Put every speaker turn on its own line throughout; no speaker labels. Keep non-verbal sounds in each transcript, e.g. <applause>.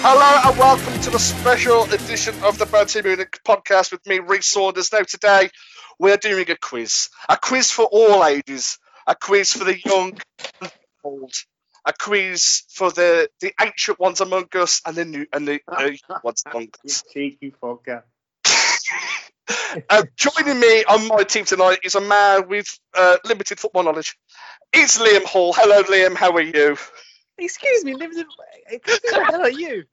Hello and welcome to the special edition of the Bounty Munich podcast with me, Reece Saunders. Now, today we're doing a quiz. A quiz for all ages, a quiz for the young and old, a quiz for the, the ancient ones among us and the new and the uh, young ones among
You
us.
cheeky fucker.
Uh, joining me on my team tonight is a man with uh, limited football knowledge. It's Liam Hall. Hello, Liam. How are you? <laughs>
Excuse me, living in. How are <laughs> you?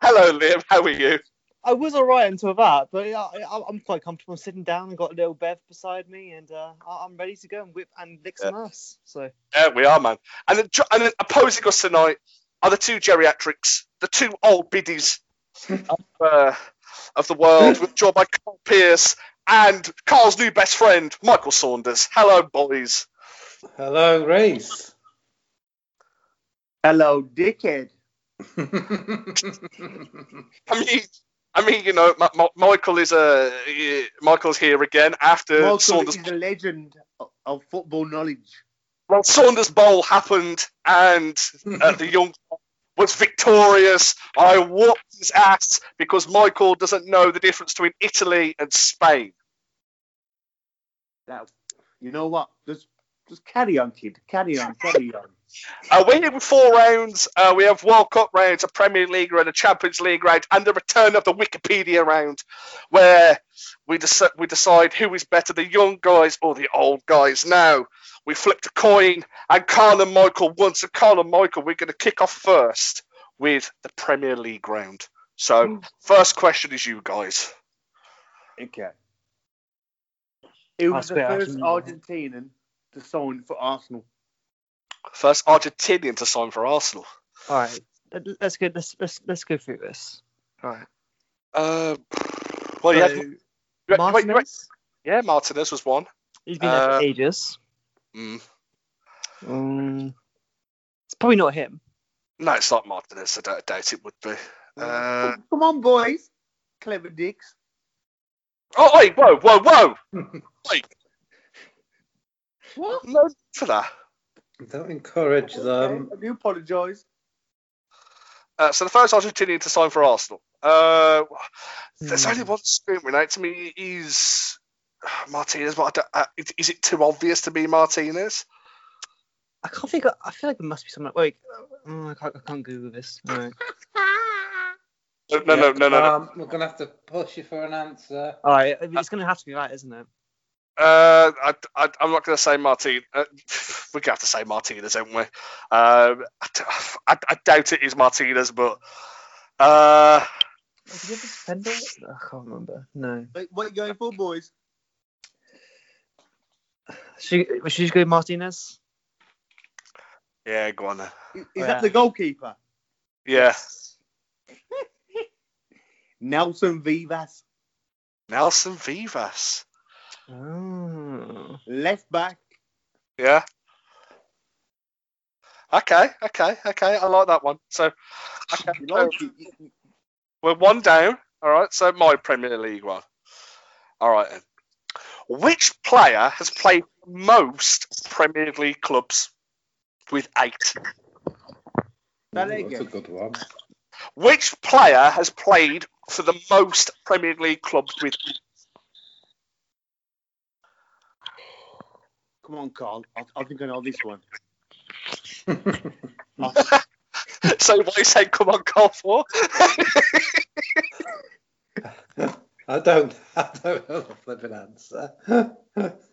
Hello, Liam. How are you?
I was alright until that, but yeah, I, I- I'm quite comfortable sitting down. and got a little Bev beside me, and uh, I- I'm ready to go and whip and lick some ass. So
Yeah, we are, man. And then, and then opposing us tonight are the two geriatrics, the two old biddies of, uh, of the
<laughs>
world, with joined by Carl Pierce and Carl's new best friend, Michael Saunders. Hello, boys.
Hello,
<laughs>
Reese.
Hello, dickhead.
I mean, I mean, you know, Ma- Ma- Michael is uh, eh, Michael's here again after
Michael
Saunders.
is a legend o- of football knowledge.
Well, Saunders Bowl happened, and uh, the young <laughs> was victorious. I whooped his ass because Michael doesn't know the difference between Italy and Spain.
Now, you know what? Just, just carry on, kid. Carry on, carry on.
Uh, we have four rounds. Uh, we have World Cup rounds, a Premier League round, a Champions League round, and the return of the Wikipedia round, where we, dec- we decide who is better, the young guys or the old guys. Now, we flipped a coin, and Carl and Michael won. So, Carl and Michael, we're going to kick off first with the Premier League round.
Hmm.
So, first question is you guys.
Okay. Who
I
was the
swear I
first
can-
Argentinian to sign for Arsenal?
First Argentinian to sign for Arsenal.
all right, let- let's go. Let's let's, let's go through this. All right,
Uh, well, you had- you
So,
had- wait, you had-
Martinez.
yeah, Martinez was one.
He's been there
Uh,
for ages.
Mm.
Um, it's probably not him.
No, it's not Martinez. I don't doubt it would be. Uh,
Come on, boys. Clever dicks.
oh, wait, whoa, whoa, whoa!
What?
No for that.
Don't encourage them.
Okay, I do apologise.
Uh, so the first Argentinian to sign for Arsenal. Uh, there's
Hmm.
only one screaming out to me is Martinez, but I don't, uh, is- is it too obvious to be Martinez?
I can't think. Of, I feel like it must be someone. Wait, oh, I can't. I can't Google this. All right.
No, no, no, no, no. no.
Um, we're gonna have to push you for an answer.
All right. It's gonna have to be right, isn't it?
Uh, I, I, I'm not going to say Martin. Uh, we're going to have to say Martinez, aren't we? Um, I, d- I- I doubt it is Martinez, but uh,
Did he have a defender? I can't remember. No.
Wait, what are you going for, boys?
Should, should you go Martinez?
yeah, go on. Then.
Is, is
Yeah.
that the goalkeeper?
Yeah,
Nelson Vivas.
Nelson Vivas.
Oh.
Left back.
Yeah. Okay, okay, okay. I like that one. So, okay,
You
so
like it. You- you-
we're one down. All right. So my Premier League one. All right then. Which player has played the most Premier League clubs with eight?
That
Ooh,
ain't
that's a
good.
good one.
Which player has played for the most Premier League clubs with? <laughs>
Come on, Carl. I, I think I know this one.
so what are you saying? Come on, call for?
<laughs> I don't. <laughs> I don't know the flipping answer. <laughs> it's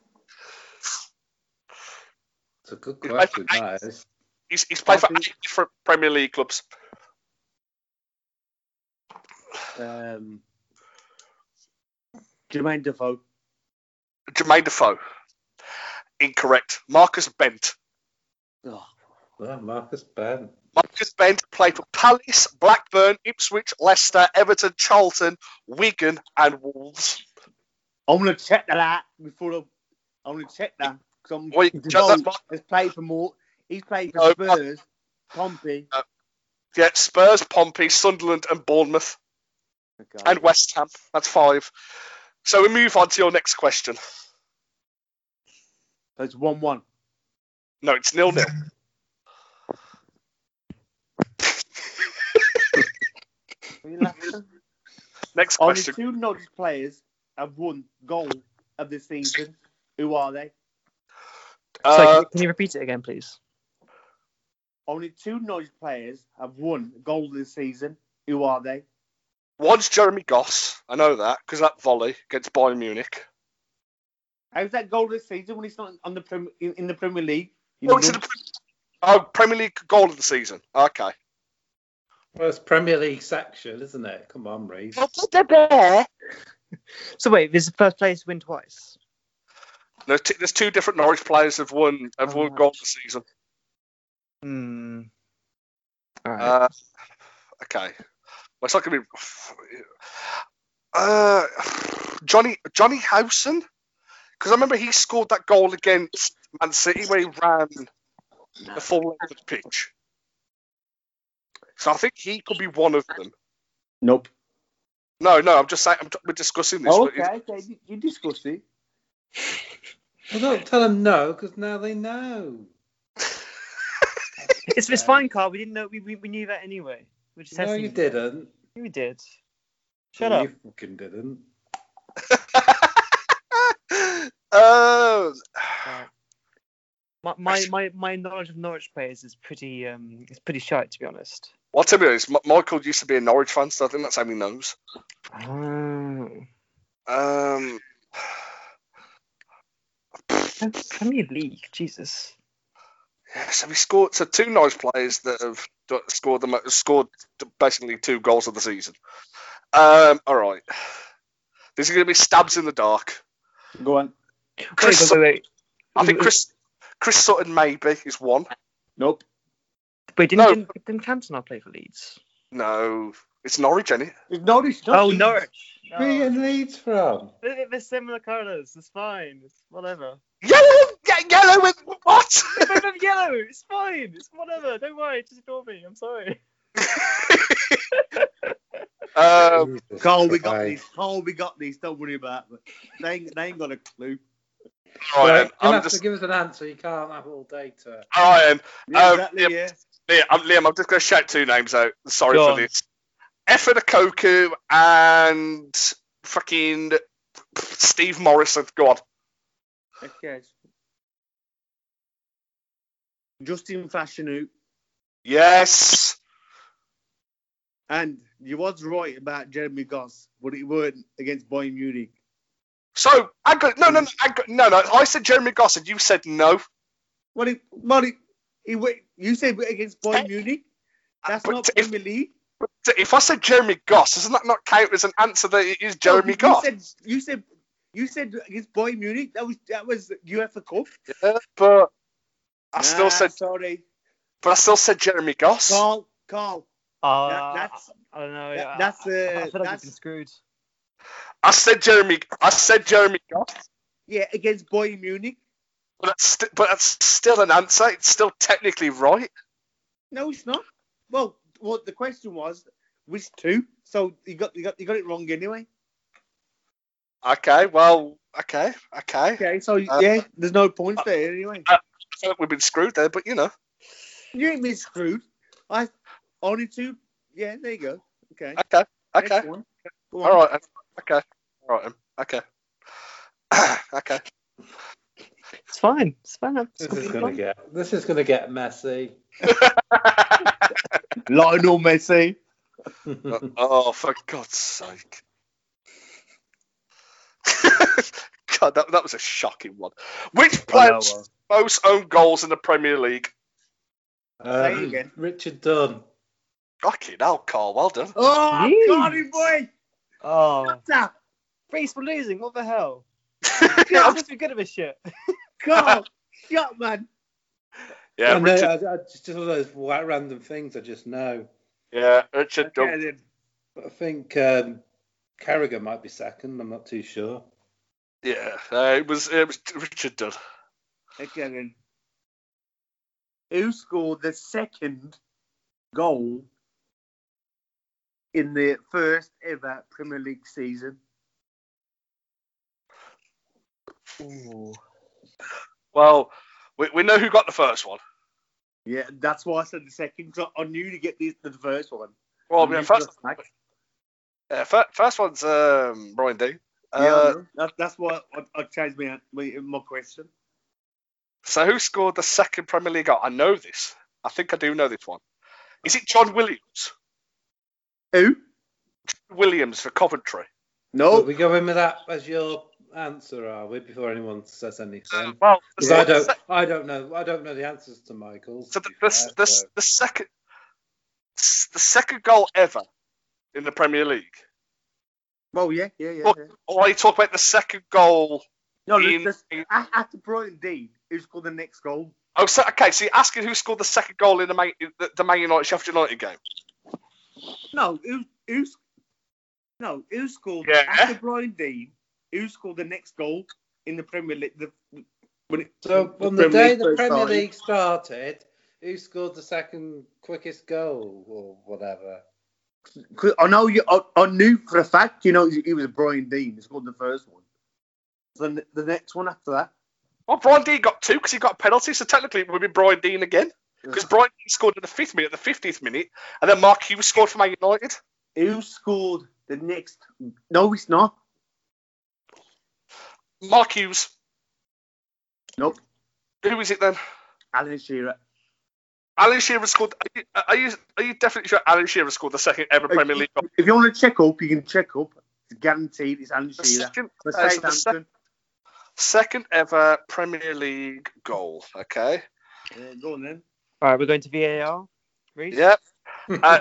a good question, that is.
He's, he's played for eight different Premier League clubs.
Um, Jermaine Defoe.
Jermaine Defoe. Incorrect. Marcus Bent.
Oh,
Oh, Marcus Ben.
Marcus Bent played for Palace, Blackburn, Ipswich, Leicester, Everton, Charlton, Wigan, and Wolves.
I'm gonna check that out before I. I'm gonna check that because I'm.
Well, you can check that, Mark.
<laughs> He's played for more. He's played
No,
for Spurs, Pompey,
Yeah, Spurs, Pompey, Sunderland, and Bournemouth,
Oh,
and West Ham. That's five. So we move on to your next question.
That's one-one. <laughs>
No, it's nil nil. Next
Only
question.
two Norwich players have won goal of the season. Who are they?
Sorry, can
Uh,
you- can you repeat it again, please?
Only two Norwich players have won goal of the season. Who are they?
one's Jeremy Goss. I know that because that volley against Bayern Munich.
How's that goal of the season when he's not on the prem- in, in the Premier League? You
Oh, it's in
know?
the Pre- oh, Premier League goal of the season. Okay.
Well, it's Premier League section, isn't it? Come on, Reece.
So wait, this is the first place win twice.
There's, t- there's two different Norwich players have won have won
Oh.
goal of the season.
Hmm. All right.
Uh, okay. Well, it's not going to be. Uh, Johnny Johnny Housen, because I remember he scored that goal against Man City where he ran the full length of the pitch. So I think he could be one of them.
Nope.
No, no, I'm just saying I'm, we're discussing this.
Oh,
but it-
okay, okay. You, you discussed it.
Well, don't tell them no, because now they know.
it's it's fine, Carl. We didn't know. We, we, we knew that anyway. We're just
No,
testing
you didn't.
We did. Shut
No,
up.
You fucking didn't.
<gasps> Uh,
My, my my my knowledge of Norwich players is pretty um it's pretty shite to be honest.
well, to be honest, M- Michael used to be a Norwich fan, so I think that's how he knows.
Ah.
Oh.
Um,
Premier League, Jesus.
Yeah, so we scored so two Norwich players that have d- scored the mo- scored basically two goals of the season. Um, all right, these are going to be stabs in the dark.
Go on.
Chris,
wait, wait, wait,
I think Chris Chris Sutton maybe is one.
Nope.
wait. Wait, didn't,
No.
didn't, didn't Cantona play for Leeds?
No, it's Norwich, is it?
It's Norwich. not
Oh,
Leeds.
Norwich.
Where are you
No.
in Leeds from?
They're, they're similar colours. It's fine. It's whatever. <laughs>
Yellow, ye- yellow with what? <laughs>
They're both of yellow. It's fine. It's whatever. Don't worry. Just ignore me. I'm sorry.
um,
Jesus
Carl, we got
Christ.
these. Carl, we got these. Don't worry about it. They ain't, they ain't got a clue.
all right,
Right,
then.
you'll
I'm
have
just
to give us an answer. You can't have all data.
all right, then.
Yeah,
Um,
exactly.
yep.
Yeah.
Liam, I'm, Liam, I'm just going to shout two names out. Sorry
Go
for
on.
this. Effort Akoku and fucking Steve Morrison. Go on.
Okay. Justin Fashionout,
Yes.
and you was right about Jeremy Goss, but it weren't against Bayern Munich.
So I got no, no, no, I got, no, no. I said Jeremy Goss, and you said no.
Well, it, well, it, it, wa- you said against Bayern Munich. That's
But
not
if-
Premier League.
If I said Jeremy Goss, doesn't that not count as an answer that it is
No,
Jeremy
you,
Goss?
You said, you said you said against Bayern Munich. That was that was UEFA Cup.
Yeah, but I
Nah,
still said,
sorry,
but I still said Jeremy Goss.
Carl. Carl.
Uh,
that's-
I don't know.
that-
I-
that's,
I- I,
uh,
feel like we've
that's-
been screwed.
I said Jeremy. I said Jeremy Goss.
Yeah, against Bayern Munich.
But that's, st- but that's still an answer. It's still technically right.
No, it's not. Well, what the question was, which two? So you got you got you got it wrong anyway.
Okay. Well. Okay. Okay.
Okay, so
Uh,
yeah, there's no points there anyway.
I feel like we've been screwed there, but you know.
You ain't been screwed. I only two. Yeah, there you go. Okay.
Okay. Okay.
Next one. Go on.
All right. Okay. All right. Okay. <clears throat> okay.
It's fine. It's fine. It's
This is
completely
gonna
fine.
get. This is gonna get messy.
Lionel Messi. <laughs>
<laughs>
oh, for God's sake. <laughs> God, that, that was a shocking one. Which player has most own goals in the Premier League?
Um,
it again.
Richard Dunn.
Fucking hell, Carl. Well done.
Oh, I
Jeez.
got it, boy.
Oh,
Stop.
Brace for losing. What the <laughs> hell? Yeah, I'm
yeah,
just too good of a shit.
<laughs> Carl, shut man.
Yeah, no,
uh,
Richard,
I, I, just one of those white random things I just know.
yeah, Richard
Okay,
Dunn.
then.
But I think um, Carragher might be second. I'm not too sure.
Yeah, uh, it was it was Richard Dunn.
Okay, then. Who scored the second goal in the first ever Premier League season?
Well, we, we know who got the first one.
Yeah, that's why I said Oh, the second. 'cause I I knew to get the, the first one.
Well,
I
yeah,
knew
first,
for a fact.
Yeah, fir- first one's um, Brian D.
Yeah,
Uh,
I know. that, that's why I, I changed my, my my question.
So who scored the second Premier League goal? I know this. I think I do know this one. Is it John Williams?
Who?
Williams for Coventry.
Oh,
No.
we go in with that as your answer, are we? Before anyone says anything,
Well,
because I don't, I don't know, I don't know the answers to Michael's.
So
to
the,
be
the,
fair,
the,
so-
the second the second goal ever in the Premier League.
Well, yeah, yeah, yeah.
Look,
yeah.
Or you talk about the second goal
No,
in.
this, after Brighton D, who scored the next goal?
Oh, so, okay. So you're asking who scored the second goal in the Man, in the, the Man United Sheffield United game?
No, who, who's no who scored
Yeah.
after Brian Dean? Who scored the next goal in the Premier League? The, when it,
So on the day the Premier League started, who scored the second quickest goal or whatever?
League, I know you. I, I knew for a fact. You know, it was Brian Dean who scored the first one. So the, the next one after that.
Well, Brian Dean got two because he got a penalty. So technically, it would be Brian Dean again because Brian Dean scored in the fifth minute, the fiftieth minute, and then Mark Hughes scored for Man United.
Who scored the next? No, it's not.
Mark Hughes.
Nope.
Who is it then?
Alan Shearer.
Alan Shearer scored. Are you, are you are you definitely sure Alan Shearer scored the second ever Premier League goal?
If you want to check up, you can check up. It's guaranteed. It's Alan
The
Shearer.
second,
For
uh, so the
Southampton.
second ever Premier League goal. Okay.
Yeah, go on then.
All right, we're going to VAR. Reece?
Yep. Uh,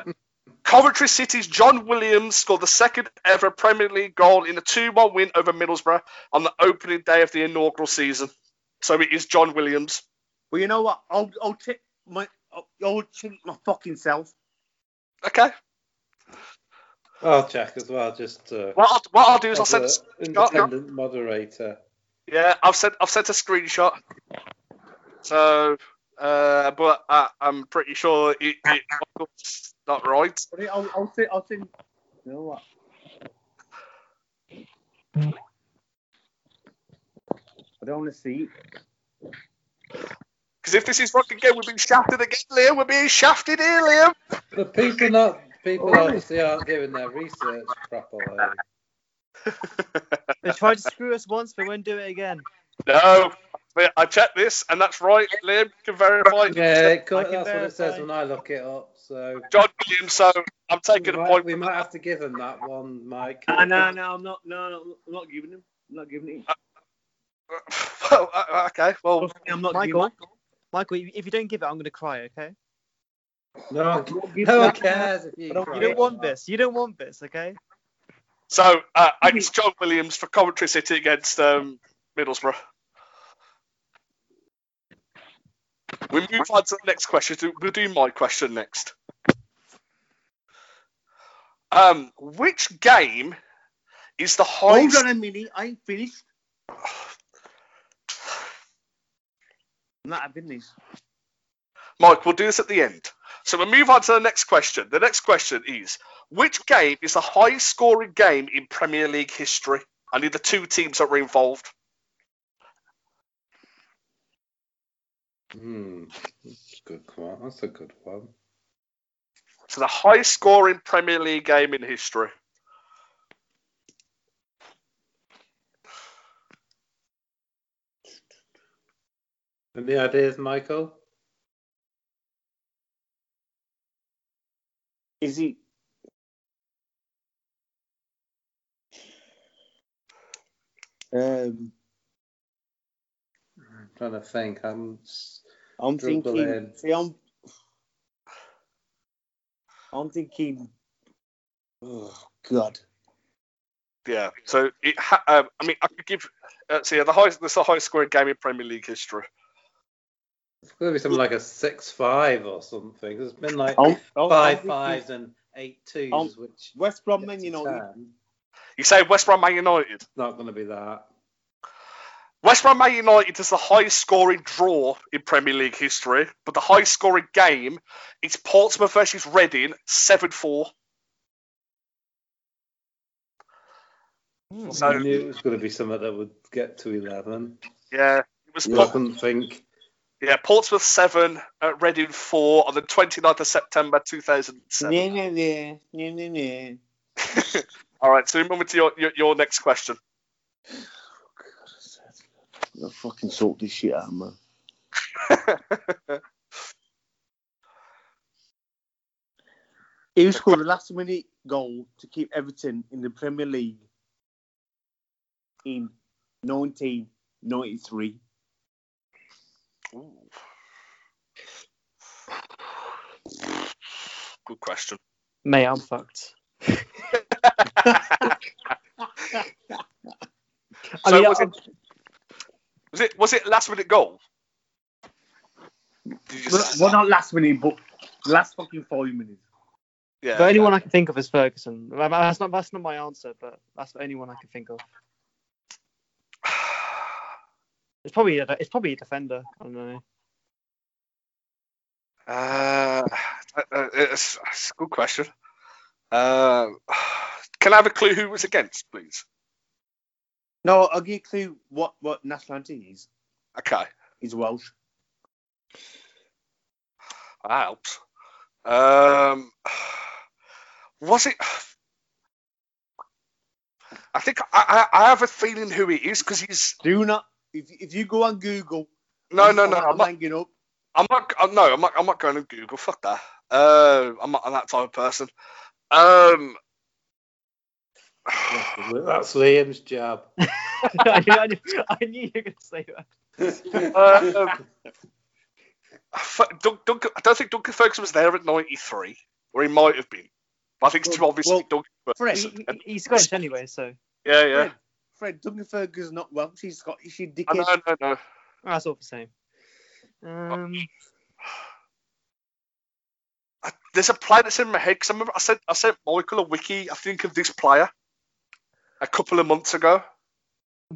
Coventry City's John Williams scored the second ever Premier League goal in a 2 1 win over Middlesbrough on the opening day of the inaugural season. So it is John Williams.
Well, you know what? I'll I'll check my I'll, I'll check my fucking self.
Okay.
<laughs> I'll check as well, just to,
What I'll, what I'll do is I'll
as
send.
an independent moderator.
Yeah, I've sent. I've sent a screenshot. So, uh, but I, I'm pretty sure it, it, it's not right.
I'll I'll, I'll, send, I'll send. You know what? I don't want to see. it.
Because if this is wrong again, we're being shafted again, Liam. We're being shafted here, Liam.
The people not people obviously aren't doing their research properly.
They tried to screw us once, but won't do it again.
<laughs> No, but I checked this, and that's right, Liam. You can verify. it.
Yeah, it co-
I can
that's what it says
verify.
when I look it up. So
John Williams. So I'm
we
taking a
might,
point.
we might have to give him that one, Mike.
No, no, no. I'm not. No, no. I'm not giving him. I'm not giving him.
<laughs> well, uh, okay. Well,
Trust me, I'm not
Michael,
giving
Michael, if if you don't give it, I'm going to cry. Okay?
No,
him. I'm not giving
no one
that.
cares if you.
I don't-
You
cry.
don't want this. You don't want this. Okay?
so uh, it's John Williams for Coventry City against um, Middlesbrough. We move on to the next question. Do- We'll do my question next. Um, which game is the
Hold
highest?
on a minute. I ain't finished. I'm not having this.
Mike, we'll do this at the end. So we'll move on to the next question. The next question is which game is the highest scoring game in Premier League history? I need the two teams that were involved.
Hmm, that's a good one. That's a good one.
So the highest scoring Premier League game in history.
Any ideas, Michael?
Is he? Um,
I'm trying to think. I'm s-
I'm
Dribble
thinking.
in.
See, I'm. I'm thinking. Oh God.
Yeah. So it. Ha- um, I mean, I could give. Uh, so yeah, the highest. This is the highest scoring game in Premier League history.
it's going to be something like a six-five or something. There's been like
I'm, I'm, I'm
five
thinking
fives and eight twos,
Um,
which
West Brom
gets
Man
a
United.
10.
You say West Brom Man United.
It's not going to be that.
West Brom Man United is the highest scoring draw in Premier League history, but the highest scoring game is Portsmouth versus Reading, seven four. So-
I knew it was going to be something that would get to eleven.
Yeah, it was
You
Port-
couldn't think.
yeah Portsmouth seven, uh, Reading four on the 29th of September two thousand seven.
Yeah, yeah, yeah, yeah, yeah, yeah.
<laughs> All right, so move on to your, your, your next question. <laughs>
I'll fucking sort this shit out, <laughs> man. Who scored the last minute goal to keep Everton in the Premier League in 1993?
Ooh. Good question.
Mate, I'm fucked. I
So
mean,
was
I-
Was it was it last minute goal? Did you
Well,
just-
well, not last minute, but the last fucking five minutes.
yeah,
the only one I can think of is Ferguson. That- That's not that's not my answer, but that's the only one I can think of. <sighs> It's probably a, it's probably a defender. I don't know.
Uh, uh, it's, it's a good question. Uh, <sighs> can I have a clue who it was against, please?
No, I'll give you a clue what, what nationality he is.
Okay,
He's Welsh.
that helps. Um, <sighs> was it? <sighs> I think I, I, I have a feeling who it is because he's
Do not, if, if you go on Google,
no
I'm-
no no.
I'm
I'm not,
hanging up.
I'm not uh, no I'm not I'm not going to Google. Fuck that. Uh, I'm not that type of person. Um,
That's
<laughs>
Liam's job. <laughs>
<laughs> I, knew, I, knew, I knew you were going to say that.
Uh, F- Dun- Duncan, I don't think Duncan Ferguson was there at 93, or he might have been. But I think it's too
Well-
obvious.
well,
Duncan
Fred,
Ferguson.
He, he- he's Scottish anyway, so
Yeah, yeah.
Fred, Fred, Duncan Ferguson's not Welsh. He's Scottish. He's
I know,
dickhead.
no, no.
that's all the same. Um,
I- There's a player that's in my head because I remember I sent I sent Michael a wiki. I think of this player a couple of months ago.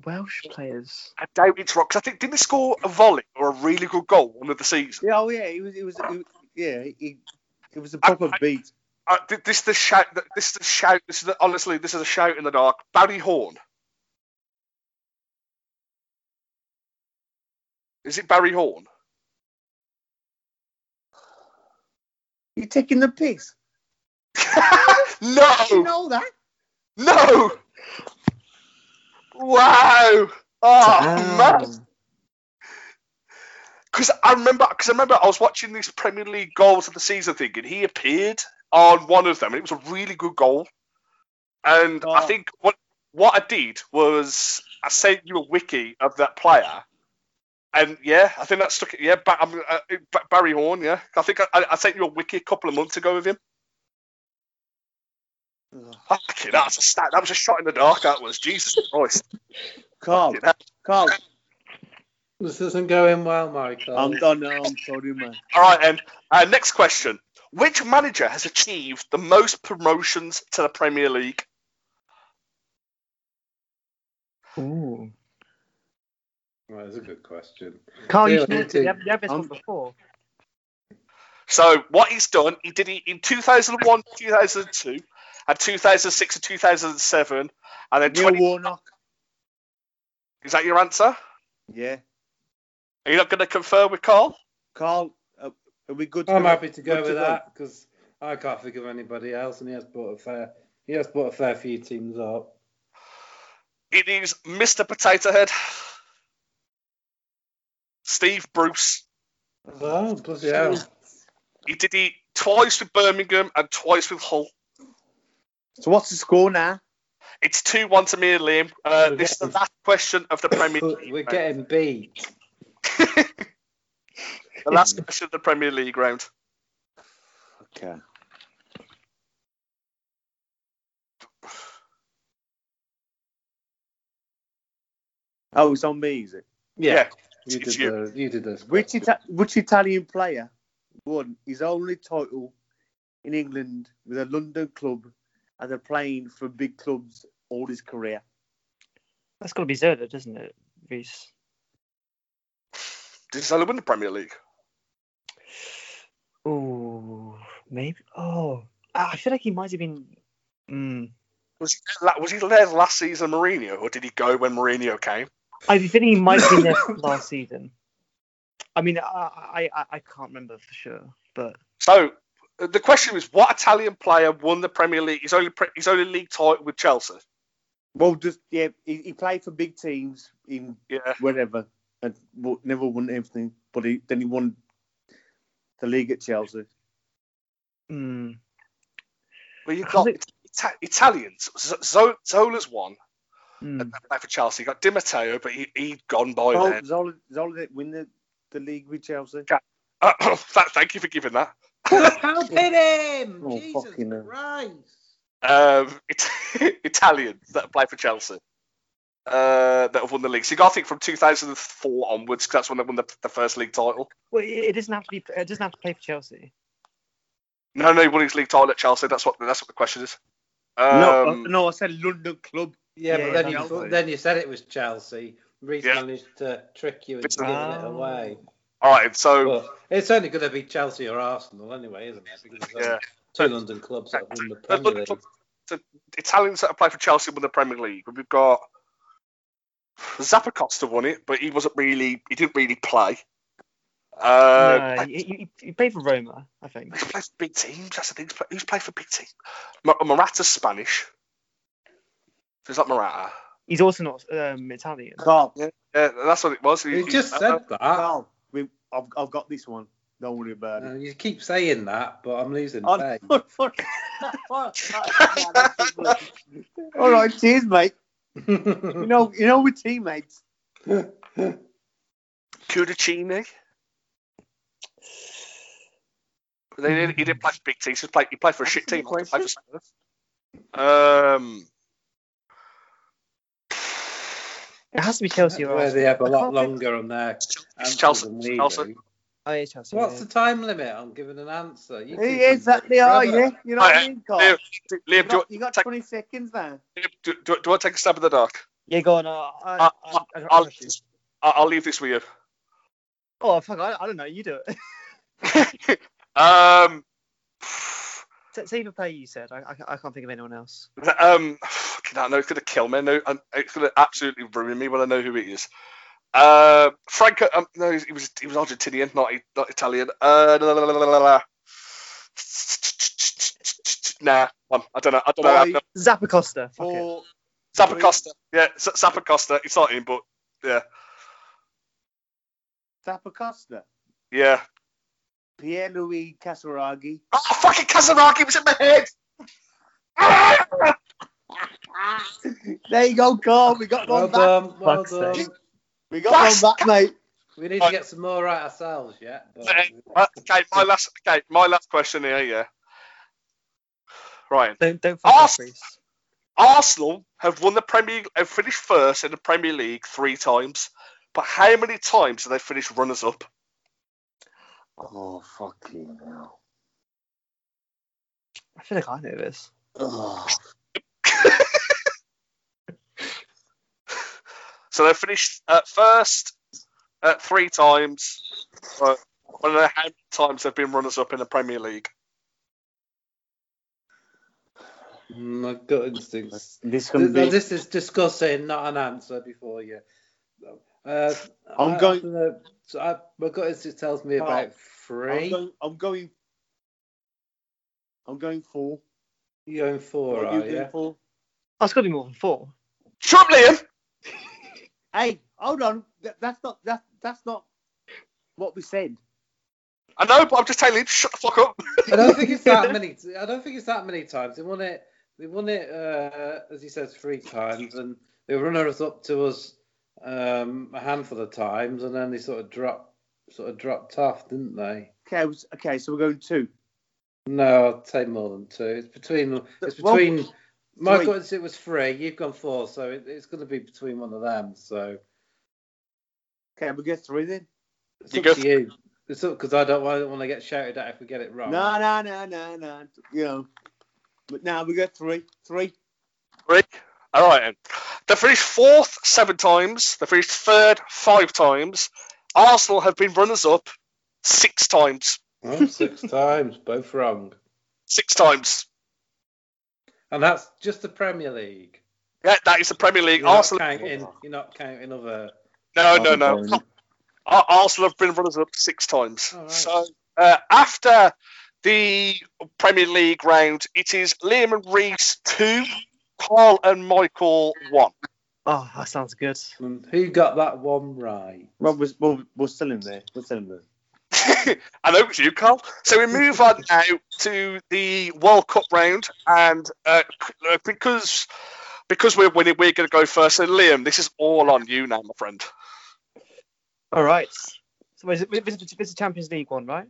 Welsh players.
I doubt it's right 'cause I think didn't he score a volley or a really good goal one of the season?
Yeah, oh yeah, it was, it was, it was yeah, it, it was a proper
I-
beat.
Uh, th- this the shout. This the shout. This is the, honestly, this is a shout in the dark. Barry Horn. Is it Barry Horn?
You're taking the piss. Did you
<laughs> no,
know that?
<laughs> no. Wow. Oh
Ah.
man. Because I remember, because I remember, I was watching these Premier League goals of the season thing, and he appeared on one of them, and it was a really good goal. And I
Oh.
think what what I did was I sent you a wiki of that player, and yeah, I think that stuck. it- Yeah, ba- I'm, uh, Ba- Barry Horn. Yeah, I think I, I sent you a wiki a couple of months ago of him. Fucking, that was a stat. That was a shot in the dark. That was Jesus Christ.
Carl,
Fucking hell.
Carl,
This isn't going well, Michael.
I'm done now. I'm sorry, man.
All right, then. Uh, next question. Which manager has achieved the most promotions to the Premier League?
Ooh.
Well, that's a good question.
Carl, you
Yeah,
should know
me
this.
too.
You have, you have this
I'm-
one before.
So what he's done, he did it in 2001, 2002, and 2006 and 2007, and then
Neil
20.
Warnock.
Is that your answer?
Yeah,
Are you not going to confer with Carl?
Carl, uh, are we good?
I'm
go?
happy to go
Good
with that because I can't think of anybody else, and he has brought a fair he has brought a fair few teams up.
It is Mr. Potato Head, Steve Bruce.
Oh, bloody hell!
He did it twice with Birmingham and twice with Hull.
So what's the score now?
It's 2 1 to me and Liam. Uh,
We're
this is the
getting-
last question of the Premier League.
We're
round.
getting beat.
<laughs> the last question of the Premier League round.
Okay. Oh, it's on me, is it?
Yeah,
you
it's
did
you.
the you did this.
Which, Ita- which Italian player won his only title in England with a London club and they're playing for big clubs all his career?
That's got to be Zerda, doesn't it, Reese?
Did Salah win the Premier League?
Ooh, maybe. Oh, I I feel like he might have been. Mm.
Was he, there la- was he there last season, Mourinho, or did he go when Mourinho came?
I think he might have been there last season. I mean, I, I I- I can't remember for sure, but
So uh, the question is, what Italian player won the Premier League? He's only pre- he's only league title with Chelsea.
Well, just yeah, he, he played for big teams in
Yeah,
wherever and w- never won anything. But he, then he won the league at Chelsea.
Hmm.
well, you've
I
got
think-
Ita- Italians. Z- Zo- Zola's one. <laughs>
Hmm.
Played for Chelsea. You got Di Matteo, but he he'd gone by
Oh,
then. <coughs>
Zola, Zola didn't win the, the league with Chelsea.
Th- thank you for giving that.
Help him!
Oh,
Jesus
fucking hell.
Christ!
Um, <laughs> it- Italians that play for Chelsea uh, that have won the league. So you got to think from 2004 onwards, 'cause that's when they won the, the first league title.
Well, it, it doesn't have to be. It doesn't have to play for Chelsea.
No, no, he won his league title at Chelsea. That's what that's what the question is. Um,
no, uh, no, I said London club.
Yeah,
Yeah,
but then
Chelsea.
you, then you said it was Chelsea. Reese
Yeah.
managed to trick you into
It's- Oh.
giving it
<laughs>
Oh.
away.
All right, so
Uh,
But it's only going to be Chelsea or Arsenal anyway, isn't it? Because there's
Yeah.
only two London clubs that won the
There's
Premier
London
League.
clubs. Italians that have played for Chelsea won the Premier League. We've got Zappacosta won it, but he wasn't really he didn't really play. Uh,
no,
I-
you, you, you play for Roma, I think.
Who's played for big teams? That's the thing. Who's play- Who's played for big teams? Mor- Morata's Spanish. It's like Morata.
He's also not um, Italian.
Carl,
Yeah, that's what it was. He-
You
he-
just
uh,
said
<laughs>
that.
Carl, we, I've, I've got this one. Don't worry about it.
Uh, you keep saying that, but I'm losing
Oh,
faith. <laughs>
<laughs> no, fuck. Yeah, that's it, mate. All right, cheers, mate. You know, you know, we're teammates.
Cudicini. But They didn't, he didn't play for big teams. He played, he played for a shit
That's a
team.
good
He played for Spurs. um,
It has to be Chelsea or
Where
Arsenal.
they have a
I
lot
can't think-
longer on their answers
Chelsea,
than we
Chelsea.
do.
Oh, yeah, Chelsea.
What's
yeah.
the time limit on giving an answer? You
Hey,
can-
exactly. Oh, yeah. You know what I mean, Carl?
Liam,
You
do- Liam, do,
got, you got
take-
20 seconds now.
do, do, do you want to take a stab in the dark?
Yeah, go on. Uh, I, I, I,
I'll,
I,
leave this- I'll I'll leave this with you.
oh, fuck. I, I don't know. You do it. <laughs>
<laughs> um,
Sa- Save a player you said. I, I, I can't think of anyone else.
th- um, fucking hell, no, it's going to kill me. No, um, it's going to absolutely ruin me when I know who it is. Uh, Franco, um, no, he was he was Argentinian, not I- not Italian. Uh, la, la, la, la, la, la. nah, um, I don't know. I don't know.
Boy,
I've no-
Zappacosta. Fuck
Oh.
it.
Or
Zappacosta, yeah, S- Zappacosta. It's not him, but
Zappacosta.
yeah.
Pierre-Louis Casaraghi.
Oh, fucking Kazaraki was in my head. Ah!
There you go, Carl. We got
Well
one back.
done, well
Fuck's sake.
done.
We got one back, mate.
We need to get some more right ourselves, yeah.
Hey, Well, Uh, okay, my last okay, my last question here, yeah. Ryan,
Don't, don't fuck up,
Arsenal.
Reece.
Arsenal have won the Premier have finished first in the Premier League three times, but how many times have they finished runners up?
Oh, fucking hell.
I feel like I know this.
Oh,
So they finished uh, first uh, three times. But I don't know how many times they've been runners up in the Premier League.
Mm, My gut instincts.
this
Th-
can be...
This is discussing, not an answer before you. Uh,
I'm
I-
going-
uh, so I, my gut instinct tells me
Carl,
about
I'm
three.
going, I'm going... I'm going four.
You're going four,
What are you
are
going
you?
for?
Oh, it's got to be more than four.
Shut up, Liam.
Hey, hold on. Th- that's not that. That's not what we said.
I know, but I'm just telling you, to shut the fuck up.
I don't think it's
<laughs>
that many. I don't think it's that many times. They won it. They won it, uh, as he says, three times, and they were runners up to us um, a handful of times, and then they sort of dropped, sort of dropped off, didn't they?
Okay. it was- okay. So we're going two.
No, I'd say more than two. It's between. It's
Well,
between. my
three.
gut instinct was three. You've gone four, so it, it's going to be between one of them. So
Okay. We get three then.
it's
You
up
go
to you. It's up because I don't, I don't want to get shouted at if we get it wrong.
No, no, no, no, no. You know. But now we got three. Three.
All right. Then. They finished fourth seven times. They finished third five times. Arsenal have been runners up six times.
Oh, six <laughs> times, both wrong,
Six times.
and that's just the Premier League.
Yeah, that is the Premier League.
You're
Arsenal.
not counting. You're not counting other.
No, no, no. Ar- Arsenal have been runners up six times.
All right.
So uh, after the Premier League round, it is Liam and Reese two, Carl and Michael one.
Oh, that sounds good.
And who got that one right?
Rob was we're, we're still in there. We're still in there.
<laughs> I know it's you, Carl. So we move on now to the World Cup round, and uh, c- because because we're winning, we're going to go first. So Liam, this is all on you now, my friend.
All right. So is it, this, is- this is Champions League one, right?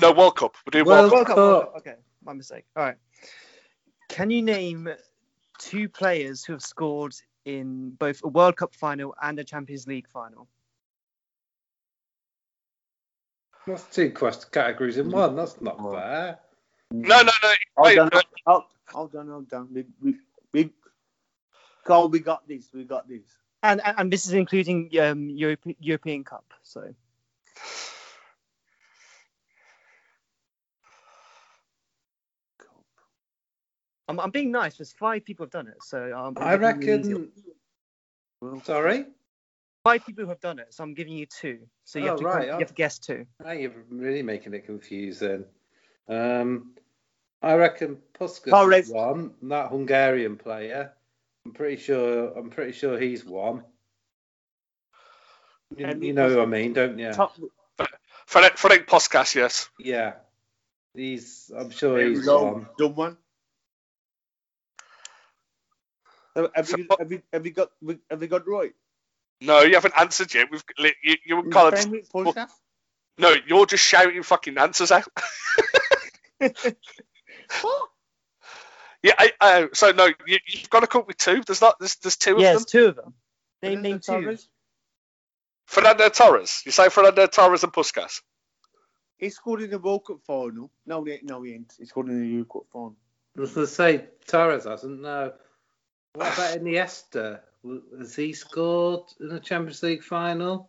No World Cup. We're doing
Well-
World Cup.
World Cup. World
oh.
Cup. Okay, my mistake. All right. Can you name two players who have scored in both a World Cup final and a Champions League final?
That's two quest categories in one. That's not
Well.
fair.
No, no, no.
Hold
Wait,
on,
uh,
hold, hold on, hold on. We, we, we, Carl, we got this. We got this.
And and, and this is including um, Europe, European Cup. So I'm, I'm being nice. There's five people have done it. So um, I'm
I
giving you easy-
reckon.
Well,
Sorry,
five people who have done it. So I'm giving you two. So you,
Oh,
have, to
right,
you
oh.
have to guess two.
now you're really making it confusing. Um, I reckon Puskas
Oh,
is
Rev-
one. That Hungarian player. I'm pretty sure. I'm pretty sure he's one. You,
And
you know who I mean, don't you?
Top,
Ferenc Ferenc Puskas, yes.
Yeah. He's. I'm sure
there we
he's
go.
one.
Done one. Have, have, you, have, you, have you got have you got right?
No, you haven't answered yet. We've li- you, you and Carl. are just-
Favourite podcast?
No, you're just shouting fucking answers out. <laughs> Yeah. I, I, so no, you, you've got to come up with two. There's not. There's, there's two
Yes,
of them.
two of them. Name,
Fernando
name two.
Torres?
Fernando Torres. You say Fernando Torres and Puskas.
He scored in the World Cup final. No, he- no, he ain't. He scored in the Euro Cup final.
I was going to say Torres hasn't. No. What
<sighs>
about Iniesta? W- Has he scored in the Champions League final?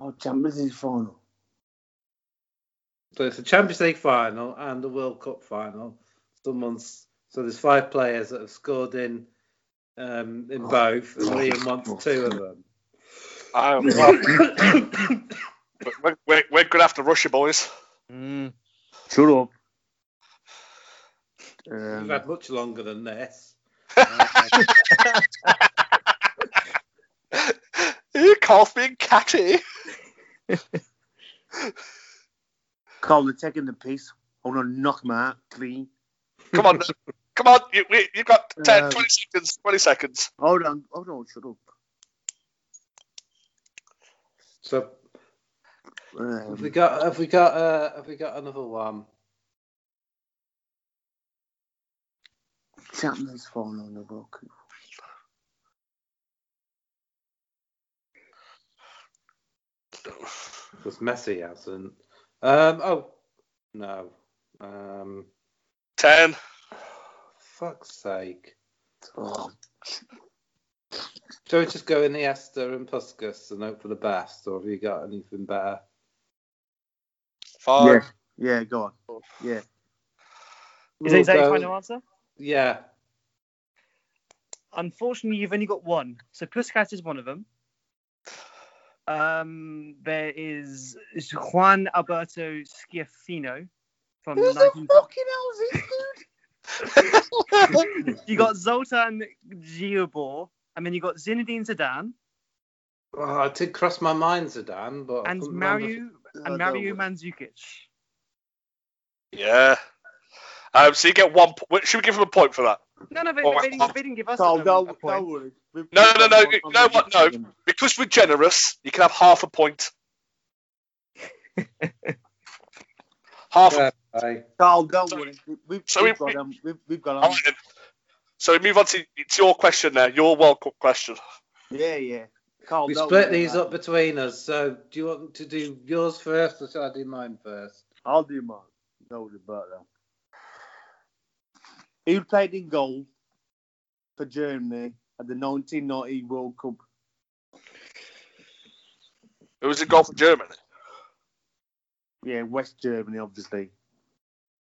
Oh, Champions League final.
So it's the Champions League final and the World Cup final. Someone's so there's five players that have scored in um,
Oh.
in both, and Liam wants two
<coughs>
of them.
Um, well,
<laughs>
we're, we're, we're gonna have to rush you, boys.
Hmm.
Mm.
Shut up. <coughs>
You've
Um,
had much longer than this.
You can't be catty.
Carl, they're taking the piece. I want to knock him out clean.
Come on, come on. You, we, you've got 10,
Um,
20 seconds. Twenty seconds.
Hold on, hold on, shut up.
So have we
Um,
got have we got uh, have we got another one?
Champions final in the World Cup.
Because Messi hasn't. Um, oh no. Um,
Ten.
fuck's sake.
Oh,
Shall we just go Iniesta and Puskas and hope for the best, or have you got anything better?
Five.
Yeah. yeah, go on. Yeah.
Is, that- is that your
We'll go-
final answer?
Yeah.
Unfortunately, you've only got one. So Puskas is one of them. Um, there is Juan Alberto Schiaffino from
Who the
19...
fucking hell's this dude? <laughs>
You got Zoltan Giobor, and then you got Zinedine Zidane
Oh, it did cross my mind, Zidane, but I
and
couldn't remember.
Mario
Oh,
and Mario
no.
Mandzukic.
Yeah. Um, so you get one. po- Should we give him a point for that?
No, no, they,
Oh,
they, didn't, they didn't give us
Carl,
a,
don't,
a
don't
point.
worry. We-
No, no, no,
I'm-
you know what, no. Because we're generous, you can have half a point. half.
Yeah,
A,
I-
Carl, don't
So-
worry. We- We've,
so
we've
we-
got him. We've, we've got
all
him.
right then. So we move on to it's your question now. Your World Cup question.
Yeah, yeah. Carl,
we
don't
split
worry
these
about
up between us, so do you want to do yours first, or shall I do mine first?
it. I'll do mine. Don't worry about that. Who played in goal for Germany at the 1990 World Cup?
It was a goal for Germany.
Yeah, West Germany, obviously.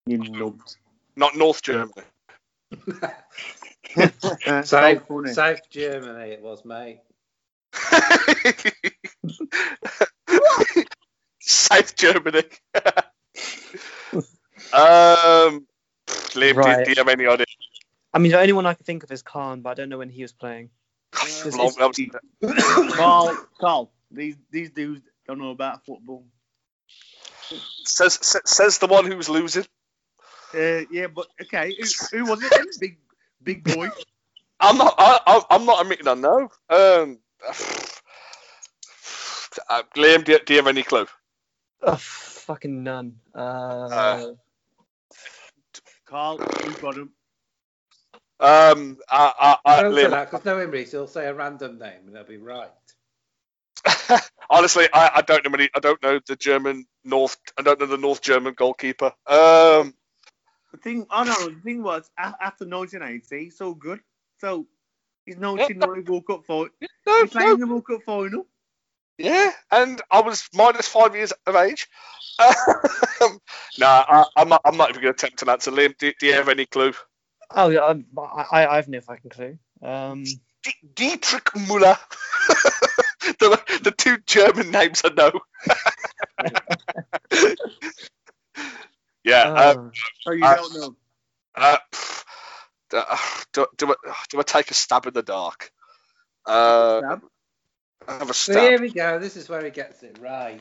You
<laughs>
nubbed. <laughs>
Not North Germany.
So
South,
funny.
South Germany, it was, mate.
South Germany. um, pff, Liam,
Right.
do, do you have any idea?
I mean, the only one I can think of is Khan, but I don't know when he was playing.
This
Long-
is-
that was-
Carl, <laughs> Carl, these these dudes don't know about football.
says sa- says the one who's losing.
Uh, yeah, but okay, who, who was it? then? big big boy.
I'm not. I, I, I'm not admitting I know. Um, <sighs> uh, Liam, do, do you have any clue?
Oh, <sighs> fucking none. Uh,
Uh.
Carl, you got him.
Um, I, I, I,
Don't say
Liam,
that because knowing Reese, he'll say a random name and they'll be right.
<laughs> Honestly, I, I don't know many. I don't know the German North. I don't know the North German goalkeeper. Um,
The thing, oh no, the thing was a- after 1980, he's so good. So he's 1990 World Cup final.
no,
He played
no,
in the World Cup final.
yeah, and I was minus five years of age. Um, <laughs> nah, I, I'm not. I'm not even going to attempt an answer. Liam, do, do you have any clue?
oh, yeah, I'm- I, I, I have no fucking clue. Um,
D- Dietrich Müller. <laughs> the, the two German names I know. <laughs> yeah. um,
uh,
So you
Uh,
don't know.
Uh, pff, d- uh, do, do, I, do I take a stab in the dark? Uh,
Stab?
have a
So
stab.
here we go. This is where he gets it right.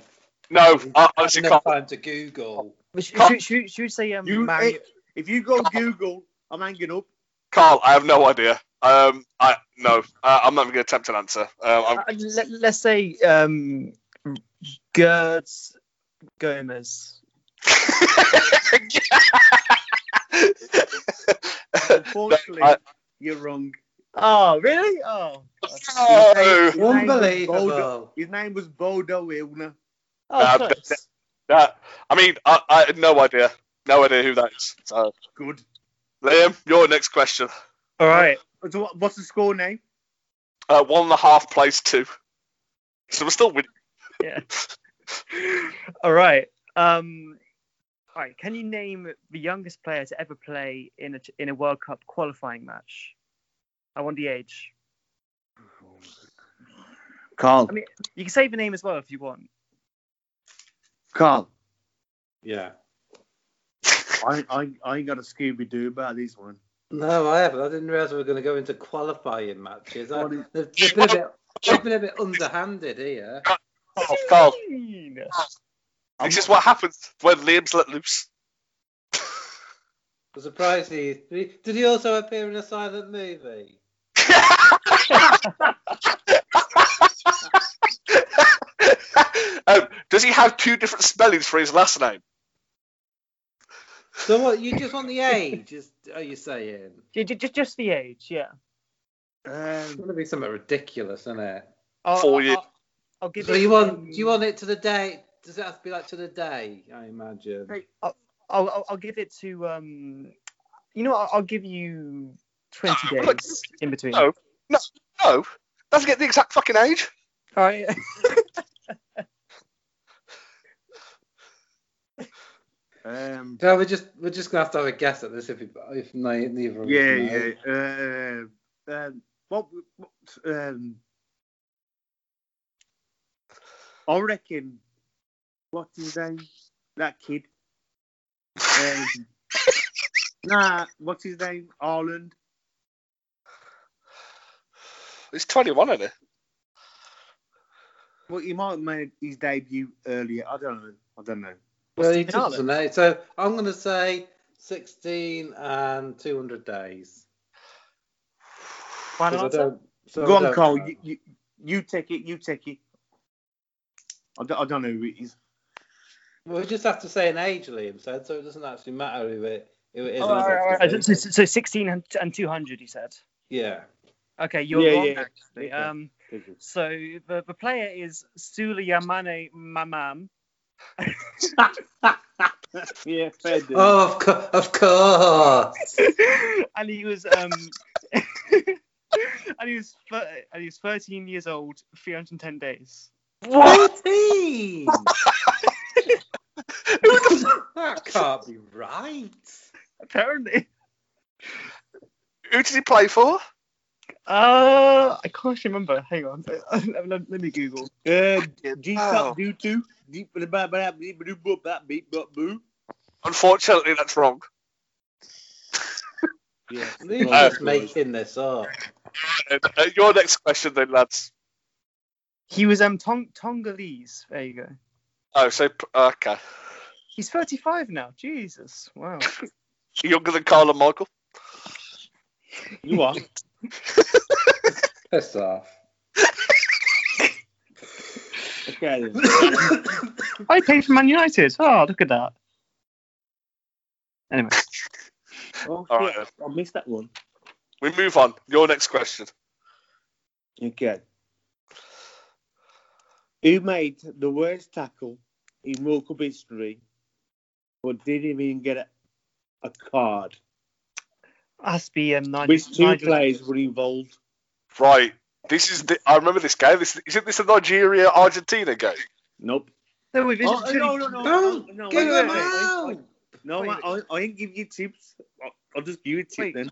No,
He's
I
had
honestly
enough
can't.
time to Google.
should, should, should, should we say um,
You,
Mario?
eh, if you go Google, I'm
<laughs>
hanging up.
Carl, I have no idea. Um, I no, uh, I'm not even going to attempt an answer. Um, I'm,
Uh, let, let's say um, Gerds Gomez.
Unfortunately,
I-
you're wrong.
Oh, really? Oh,
no,
His name was Bodo-
Unbelievable.
His name was Bodo Ilner.
oh
Uh,
close.
<laughs> that, I mean, I, I had no idea, no idea who that is. So,
Good.
Liam, your next question.
All right.
So what, what's the score now?
Uh, one and a half plays two. So we're still winning.
All right. Um, all right. Can you name the youngest player to ever play in a in a World Cup qualifying match? I want the age.
Carl.
I mean- You can say the name as well if you want.
Carl.
Yeah.
I, I, I ain't got a Scooby Doo about this one.
No, I haven't. I didn't realise we were going to go into qualifying matches. I,
What is-
they've, they've been a bit, they've been a bit underhanded here.
Oh, Carl,
Mean.
it's just what happens when Liam's let loose. <laughs>
I'm surprised he did. He also appear in a silent movie.
um, does he have two different spellings for his last name?
So what? You just want the age? Is are you saying?
Ju- ju- Just, just the age, yeah.
It's
Um,
going to be something ridiculous, isn't it?
I'll,
Four
I'll-
years.
I'll, I'll give
So
it,
you want?
um,
Do you want it to the day? Does it have to be like to the day? I imagine.
I'll, I'll, I'll give it to. Um, you know, what, I'll, I'll give you twenty
Oh, look.
days in between.
No. No, doesn't get the exact fucking age.
All right. <laughs>
um,
No, we're just we're just gonna have to have a guess at this if we- if ni- neither of us
yeah,
know.
yeah. Uh, um, what, what? Um, I reckon. What's his name? That kid.
<laughs>
Um, nah, what's his name? Ireland.
He's 21, isn't he?
Well, he might have made his debut earlier. I don't know. I don't know.
Well,
What's
he
the
does
finale?
an eight. So I'm gonna say sixteen and two hundred days.
Final
'Cause I
answer?
don't- so
Go
I
on,
don't
Cole.
know.
You, you, you take it. You take it. I don't, I don't know who it is.
Well, we just have to say an age, Liam said, so it doesn't actually matter who it who
Oh,
it is.
All right, all right, all right. Uh, So,
obviously.
so- so 16 and, and 200, you said.
Yeah.
Okay, you're
Yeah,
wrong,
yeah.
actually.
Okay.
Um, so the, the player is Suleyamane Mamam. <laughs>
yeah, fair dude.
Oh, of, co-
<laughs>
of course.
and he was um, <laughs> and he was thir- and he was 13 years old, 310 days.
Fourteen.
<laughs>
that can't be right.
Apparently, <laughs>
Who did he play for?
Uh, I can't remember. Hang on. <laughs> Let me Google.
Uh, G stop do two. Deep blah, blah, blah, blah, blah, blah, blah, blah, blah, blah.
Unfortunately, that's wrong.
Yeah.
They're
Oh.
just making this up.
Uh, Your next question, then, lads.
He was um Tong- Tongolese. There you go.
Oh, so p- okay,
He's 35 now. Jesus.
<laughs>
Wow.
younger than Carl and Michael.
You are.
Piss off.
Okay. Then.
I played for Man United. Oh, look at that. Anyway,
Oh,
All right,
shit, I missed that one.
We move on. Your next question.
Okay. Who made the worst tackle in World Cup history, but didn't even get a, a card?
Aspie um, Nigel.
Which two
Nigel-
players were involved?
Right. This is. The, I remember this game. This isn't this a Nigeria Argentina game?
Nope.
No, wait,
Oh,
it's-
no, no, no,
Don't
no, no,
give
wait,
them
wait,
out.
wait, wait. No,
Wait.
I, I, I ain't give you tips. I'll, I'll just give you a tip
Wait.
then.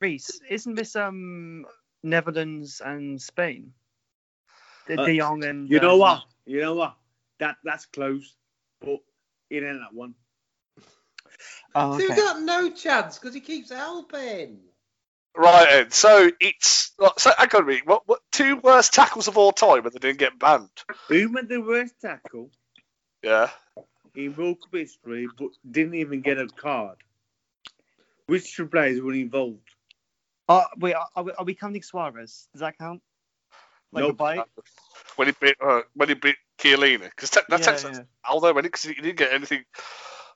Reese, isn't this um Netherlands and Spain? The
Uh,
De Jong and
You know
um,
what? You know what? That that's close, but it ain't that one.
Oh, okay.
So You've got no chance because he keeps helping.
Right. Then. So it's. So I got to be what, what two worst tackles of all time, and they didn't get banned.
Who made the worst tackle
Yeah.
in World Cup history, but didn't even get a card? Which two players were involved?
Uh, wait, are, are, we, are we counting Suarez? Does that count? Like a
Nope.
bite?
When he beat. Uh, when he beat Chiellini, because te- that
Yeah,
takes
yeah.
Aldo, when because he didn't get anything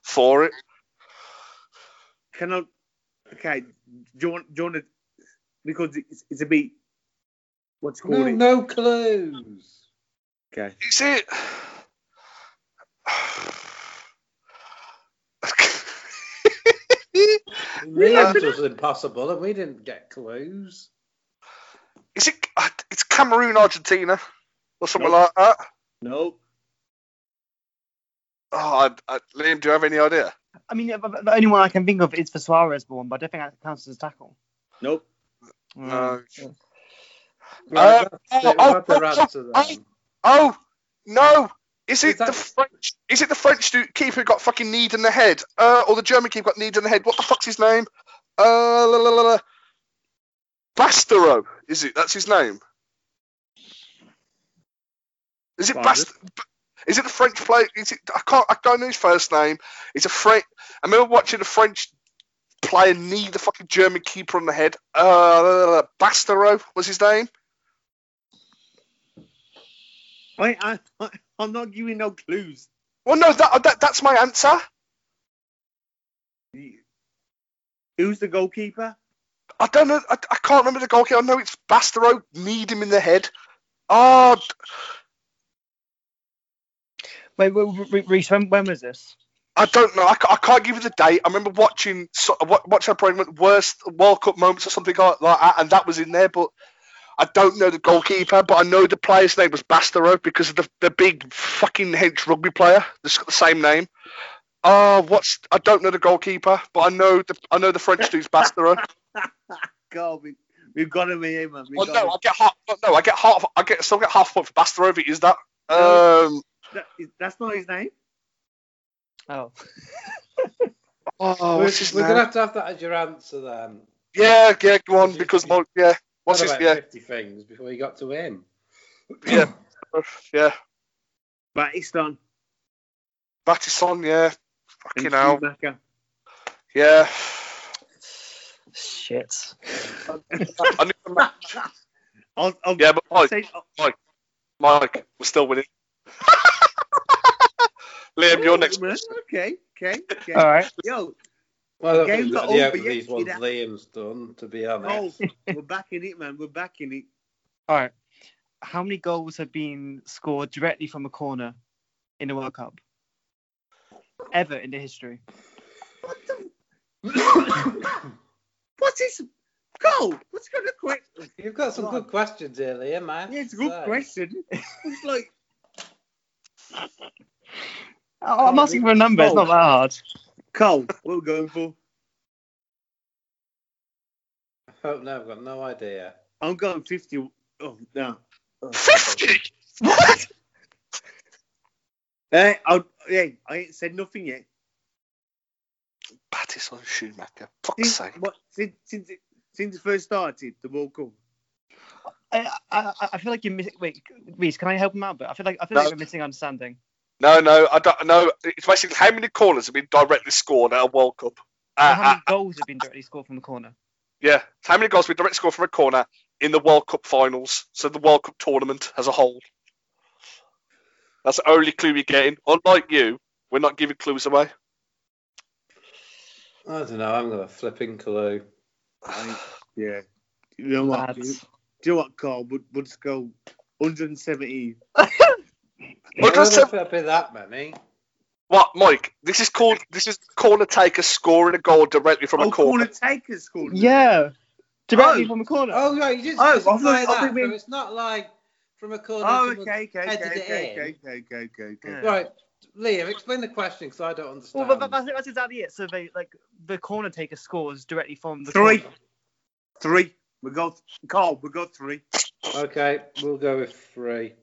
for it.
Can I? Okay, do you want? Do you want to? Because it's, it's a bit. What's it
No,
called?
no clues.
Okay.
Is it? <sighs>
That was impossible, and we didn't get clues.
Is it? uh, It's Cameroon, Argentina, or something
Nope.
like that.
No.
Oh, I, I, Liam, do you have any idea?
I mean, the- the only one I can think of is for Suarez one, but I don't think that counts as a tackle.
Nope.
No.
Mm.
Uh,
Right,
oh,
that's it.
oh,
We've had their
oh,
answer
oh,
then.
Oh no! Is it
Is that-
the French? Is it the French du- keeper who got fucking kneed in the head, uh, or the German keeper got kneed in the head? What the fuck's his name? Uh, la, la, la, la. Bastero, is it? That's his name. Is it
Pardon?
Bast? Is it the French player? Is it? I can't. I don't know his first name. It's a French. I remember watching a French player knee the fucking German keeper on the head. Uh, la, la, la, Bastero was his name.
I, I, I <laughs> I'm not giving no clues.
Well, no, that, that that's my answer.
Who's the goalkeeper?
I don't know. I, I can't remember the goalkeeper. I know it's Bastero. Need him in the head. Oh, d-
Wait, wait, wait, Reese, when, when was this?
I don't know. I, ca- I can't give you the date. I remember watching so, wa- watching a program went worst World Cup moments or something like like that, and that was in there. But I don't know the goalkeeper. But I know the player's name was Bastero because of the, the big fucking hench rugby player that's got the same name. Oh, what's I don't know the goalkeeper, but I know the I know the French dude's Bastero.
God, we, we've got him here, man. We've
Oh
got
no,
him.
I get half. No, I get half. I get still get half a point for Bastero. If it is that. Um,
That, is, that's not his name.
Oh.
oh,
we're
what's his
we're
name?
gonna have to have that as your answer then.
Yeah, yeah, go on
What's his
because
name?
my, yeah, what's
What
his
about
yeah,
fifty things before you got to him?
Yeah. <clears throat> yeah,
But it's done.
Batison, yeah,
And
fucking hell,
Schumacher.
yeah.
Shit.
I knew the man-
I'll, I'll,
yeah, but
I'll
Mike,
say,
Mike, we're still <laughs> winning. Liam, your next.
Oh, man. Okay, okay, okay.
Uh,
All right.
Yo,
Well, I don't
Game's
think
not
any of
over yet,
these ones
kiddo.
Liam's done, to be honest.
Cole, Oh, we're back in it, man. We're back in it.
All right. How many goals have been scored directly from a corner in the World Cup? Ever in the history?
<coughs> What's this? Cole, what's going to quit?
You've got some
Go
good questions here, Liam. I have
Yeah, it's a
to
good
say. <laughs>
question. It's like,
Oh, I'm asking for a number. It's not that hard.
Cole, what we're going for?
Oh no, I've got no idea.
I'm going 50. Oh, no. Oh,
50? What?
Hey, Eh, I, hey, I ain't said nothing yet.
Battis on Schumacher. Fuck's
Since,
sake.
what, since, since, it, since it first started, the World Cup.
I, I, I- I feel like you're missing. Wait, Reese, can I help him out? But I feel like I feel like
No.
we're missing understanding.
No, no, I don't know. It's basically how many corners have been directly scored at a World Cup? Uh,
how
uh,
many goals have been directly scored from the corner?
yeah. How many goals have been directly scored from a corner in the World Cup finals? So the World Cup tournament as a whole. That's the only clue we're getting. Unlike you, we're not giving clues away.
I don't know. I'm gonna flipping clue.
Yeah. You know what? Do you,
That's-
do you know what, Carl? Would would just go 170.
I
Well,
don't
just
know if it'll be that many.
What, Mike? This is called this is corner taker scoring a goal directly from
oh,
a corner.
corner takers called.
Yeah, directly
Oh.
from the corner.
Oh right, you just
Oh,
it's
I thought- I
like
thought
that.
we-
so It's not like from a corner.
Oh,
someone-
okay, okay, okay,
Headed it
okay,
in.
okay, okay, okay, okay.
Yeah.
Right, Liam, explain the question because I don't
Well,
understand.
but, but that's, that's exactly it. So they like the corner taker scores directly from the
Three.
corner.
Three. We got Carl. We got three. <laughs>
Okay, we'll go with <laughs> three.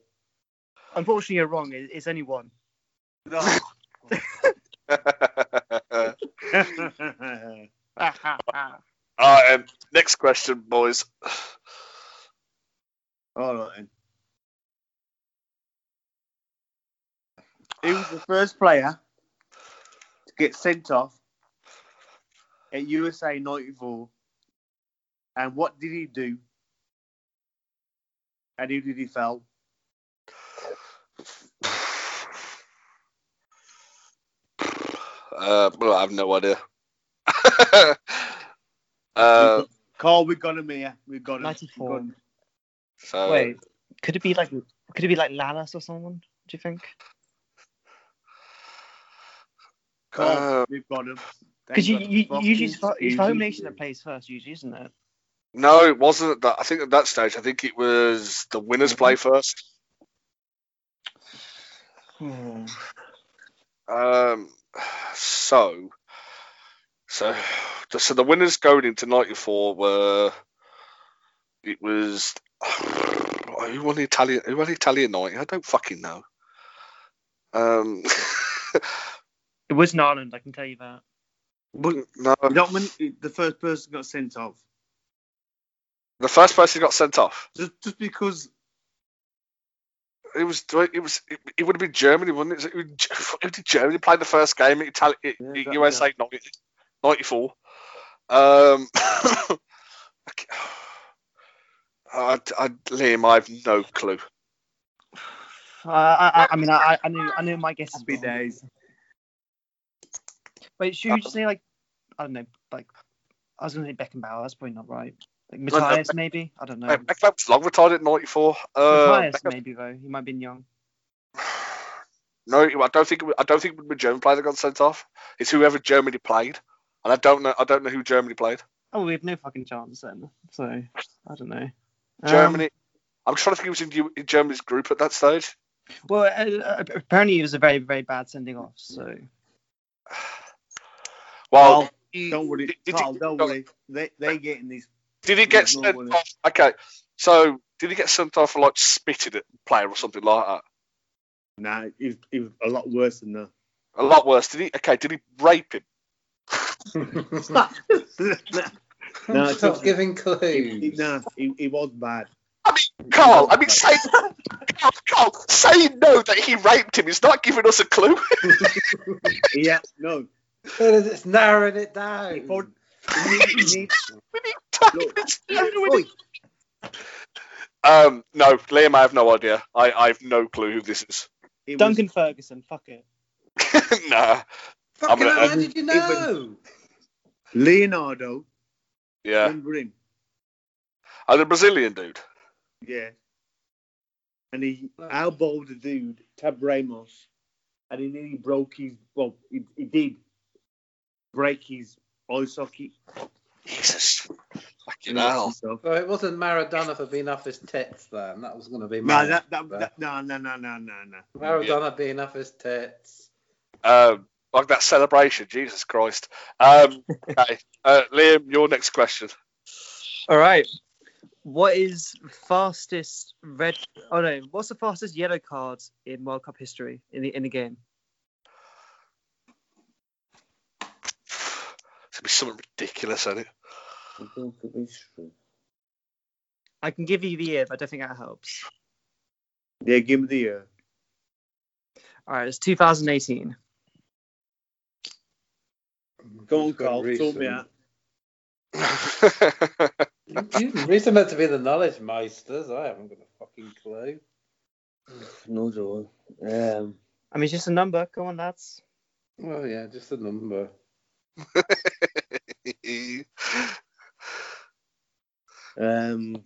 Unfortunately, you're wrong. It, it's only <laughs> one.
No.
<laughs>
Ah,
All right, um, next question, boys. <sighs>
All right. Then. He was the first player to get sent off at USA '94, and what did he do? And who did he foul?
Uh, well, I have no idea. <laughs>
<laughs>
uh,
Carl, we got him here. We got him.
94.
We got him.
so,
Wait, could it be like could it be like Lalas or someone? Do you think?
Carl,
Uh,
we've got him.
Because you,
Thank
you, you
God.
usually it's for, it's for home
Fucking
nation that
easy.
plays first, usually, isn't it?
no, it wasn't. That. I think at that stage, I think it was the winners play first. Um, so, so, so the winners going into '94 were. It was <sighs> who won the Italian? Who won the Italian night? I don't fucking know. Um,
It was in Ireland, I can tell you that.
But
<laughs> no,
not when the first person got sent off.
the first person who got sent off.
Just, just because
It was it was it, it would have been Germany, wouldn't it? It <laughs> was- Who did Germany play the first game at Itali- at
Yeah, that-
USA 90 94? Um, <laughs> okay. I, I, Liam, I have no clue.
Uh, I, I, I mean, I, I knew I knew my guess is
happy
wrong.
days.
Wait, should we just say like I don't know, like I was gonna say Beckenbauer. That's probably not right. Like
No, no,
Matthias, maybe. I don't know.
Hey, Beckham was long retired at 94. Uh,
Matthias, maybe though. He might have been young.
no, I don't think it was, I don't think it was German player that got sent off. It's whoever Germany played, and I don't know I don't know who Germany played.
Oh, we have no fucking chance then. So I don't know. Um,
Germany. I'm trying to think who was in, U- in Germany's group at that stage.
well, uh, uh, apparently it was a very very bad sending off. So
Well,
Carl, don't worry,
did- did
Carl,
you-
don't worry. They they getting this.
Did he get
no
sent
one
off? Okay, so did he get sent off for like spitting at the player or something like that?
Nah, it was, it was a lot worse <laughs> than that.
A lot worse. Did he? Okay, did he rape him?
No,
no,
it's
stop
okay.
giving
It-
clues.
it- nah, it, it was bad.
Carl, I mean, say, Carl, Carl, saying no that he raped him is not giving us a clue. <laughs>
Yeah, no.
It is- It's narrowing it down.
It was- it need- it need-
We need time.
Look,
It's- <laughs>
Oi,
um, no, Liam, I have no idea. I, I have no clue who this is. <laughs>
it was-
Duncan Ferguson, fuck it.
nah,
Fucking
I'm
hell,
gonna-
how did you
it was-
know?
Leonardo,
yeah,
remember him?
and the Brazilian dude.
Yeah. And he elbowed the dude, Tab Ramos, and he nearly broke his. Well, he, he did break his eye socket.
Jesus, fucking
No,
hell.
Well, it wasn't Maradona for being off his tits then. That was going to be my.
no, that, that, that, no, no, no, no, no, no.
Maradona being off his tits.
Um, like that celebration, Jesus Christ. <laughs> Um, okay, uh, Liam, your next question.
All right. What is fastest red? Oh no, what's the fastest yellow card in World Cup history in the in the game?
<sighs> It's gonna be something ridiculous, isn't it?
I can give you the year, but I don't think that helps.
Yeah, give me the uh, year.
All right, it's 2018.
Go on, Carl. Sort me
<laughs>
out.
Reason meant to be the knowledge meisters. I haven't got a fucking clue.
No, Joel. Um,
I mean, it's just a number. Come on, lads.
Well, yeah, just a number.
um,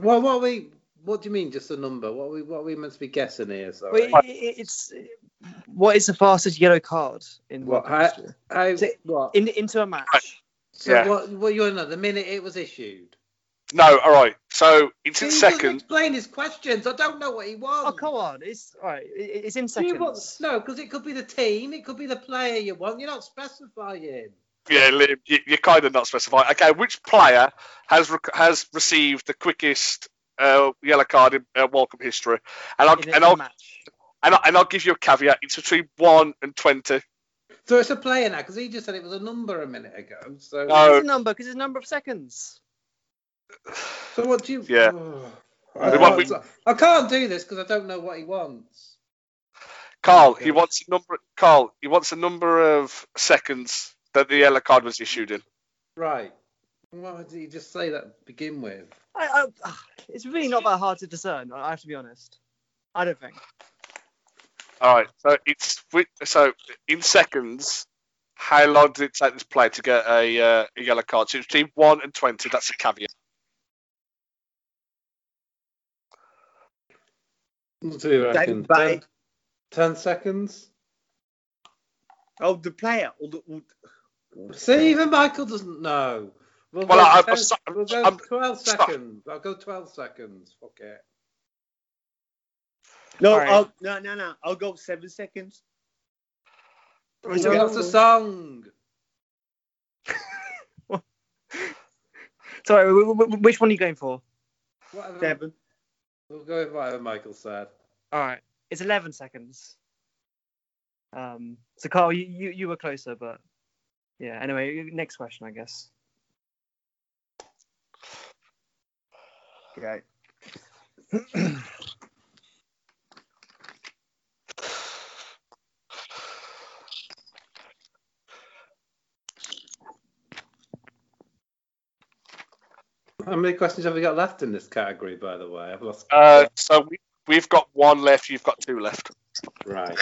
Well, what are we? What do you mean, just a number? What are we? What are we meant to be guessing here?
Well,
Sorry.
it, it- it's what is the fastest yellow card in World
What,
Cup
I-
history?
How-
Is it-
what?
In, into a match.
so
Yeah.
what? What you know? The minute it was issued.
<laughs> No, all right. So it's
He
in
doesn't
second.
Explain his questions. I don't know what he wants.
Oh, come on. It's all right. it- it- it's in
Do you
seconds.
want, no, because it could be the team, it could be the player you want. You're not specifying.
Yeah, Liam, you, you're kind of not specified. Okay, which player has rec- has received the quickest uh, yellow card in uh, World Cup history? And I'll
in, a-
and
in a
I'll,
match.
and I'll and I'll give you a caveat. It's between one and twenty.
So it's a player now, because he just said it was a number a minute ago. So,
No.
It's a number because it's a number of seconds.
so what do you?
Yeah.
I,
The one we-
can't- I can't do this because I don't know what he wants.
Carl,
Okay.
he wants a number. Carl, he wants a number of seconds that the yellow card was issued in.
Right. Why did he just say that to begin with?
I, I, ah, it's really not that hard to discern. I I have to be honest. I don't think.
All right. So it's wi- so in seconds. How long did it take this player to get a, uh, a yellow card? So it's between one and twenty. That's a caveat.
What do you reckon?
Bate.
Ten, ten seconds?
oh, the player. Or the, or the-
See, even Michael doesn't know. We'll
Well,
go
I- I'm
10
so-
we'll go
I'm-
12
so-
seconds. I'll go 12 seconds. Fuck it.
no,
All right.
I'll, no, no, no. I'll go seven seconds.
Right,
So
so-
that's a song.
Sorry, wh- wh- wh- which one are you going for?
Whatever.
Seven.
We'll go with whatever Michael said.
All right, it's 11 seconds. Um, so Carl, you, you you were closer, but yeah. Anyway, next question, I guess.
Okay.
How many questions have we got left in this category, by the way? I've lost.
Uh, so we, we've got one left. You've got two left.
right.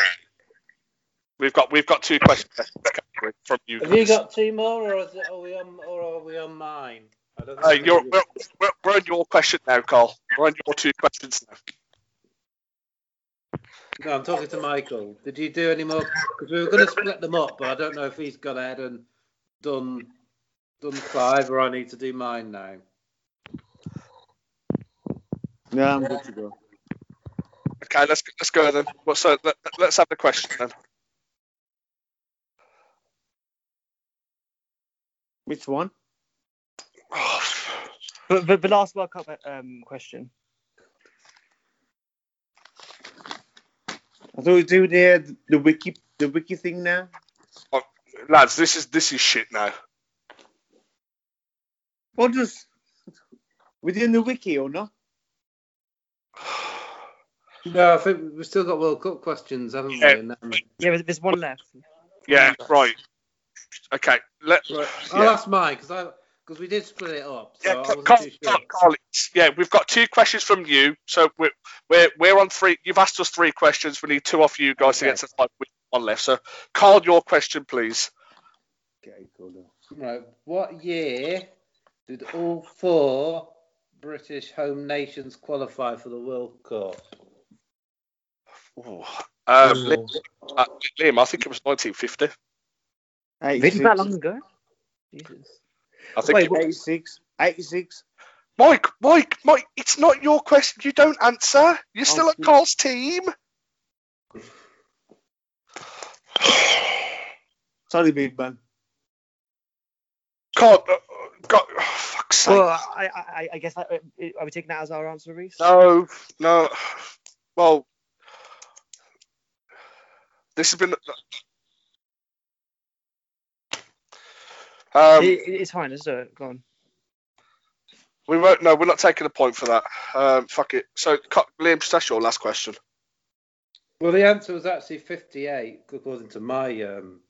We've got we've got two questions left in this category from you.
Have you
guys.
got two more, or, is it, are we on, or are we on mine? I don't
Uh,
think
you're,
we-
we're, we're, we're on your question now, Carl. We're on your two questions now.
No, I'm talking to Michael. Did you do any more? Because we were going to split them up, but I don't know if he's gone ahead and done done five, or I need to do mine now.
No, I'm good to go.
Okay, let's let's go then. Well, so let, let's have the question then. <sighs>
Which one?
But, but the last World Cup um, question.
I thought we do the the wiki the wiki thing now.
Lads, this is this is shit now.
Or just within the wiki or not?
No, I think we've still got World Cup questions, haven't we?
Yeah.
And um, then-
Yeah, there's- there's one left.
Yeah, right. Okay, let
Right.
Yeah.
I'll ask mine because I because we did split it up. So
yeah,
I
Carl,
wasn't
Carl,
too sure.
Carl, Carl, it's- yeah, we've got two questions from you. So we're we're we're on three. You've asked us three questions. We need two off you guys to
Okay.
get to five. with One left. So, Carl, your question, please.
Okay, hold on.
Right. What year did all four British home nations qualify for the World Cup?
Ooh. Um, Liam, uh, Liam, I think it was 1950.
Really, that long ago? Jesus.
I think
Wait,
it-
what-
86, 86.
Mike, Mike, Mike, it's not your question. You don't answer. You're still
Oh,
at Carl's team.
Sorry, big man.
Carl, uh, uh, God, fuck's sake.
Well, I, I, I guess that, are we taking that as our answer, Reese?
No, no. Well, this has been.
It-
Um,
it- it's fine. Let's do it. Go on.
we won't. No, we're not taking a point for that. Um, fuck it. So, Co- Liam, that's your last question.
Well, the answer was actually 58, according to my um,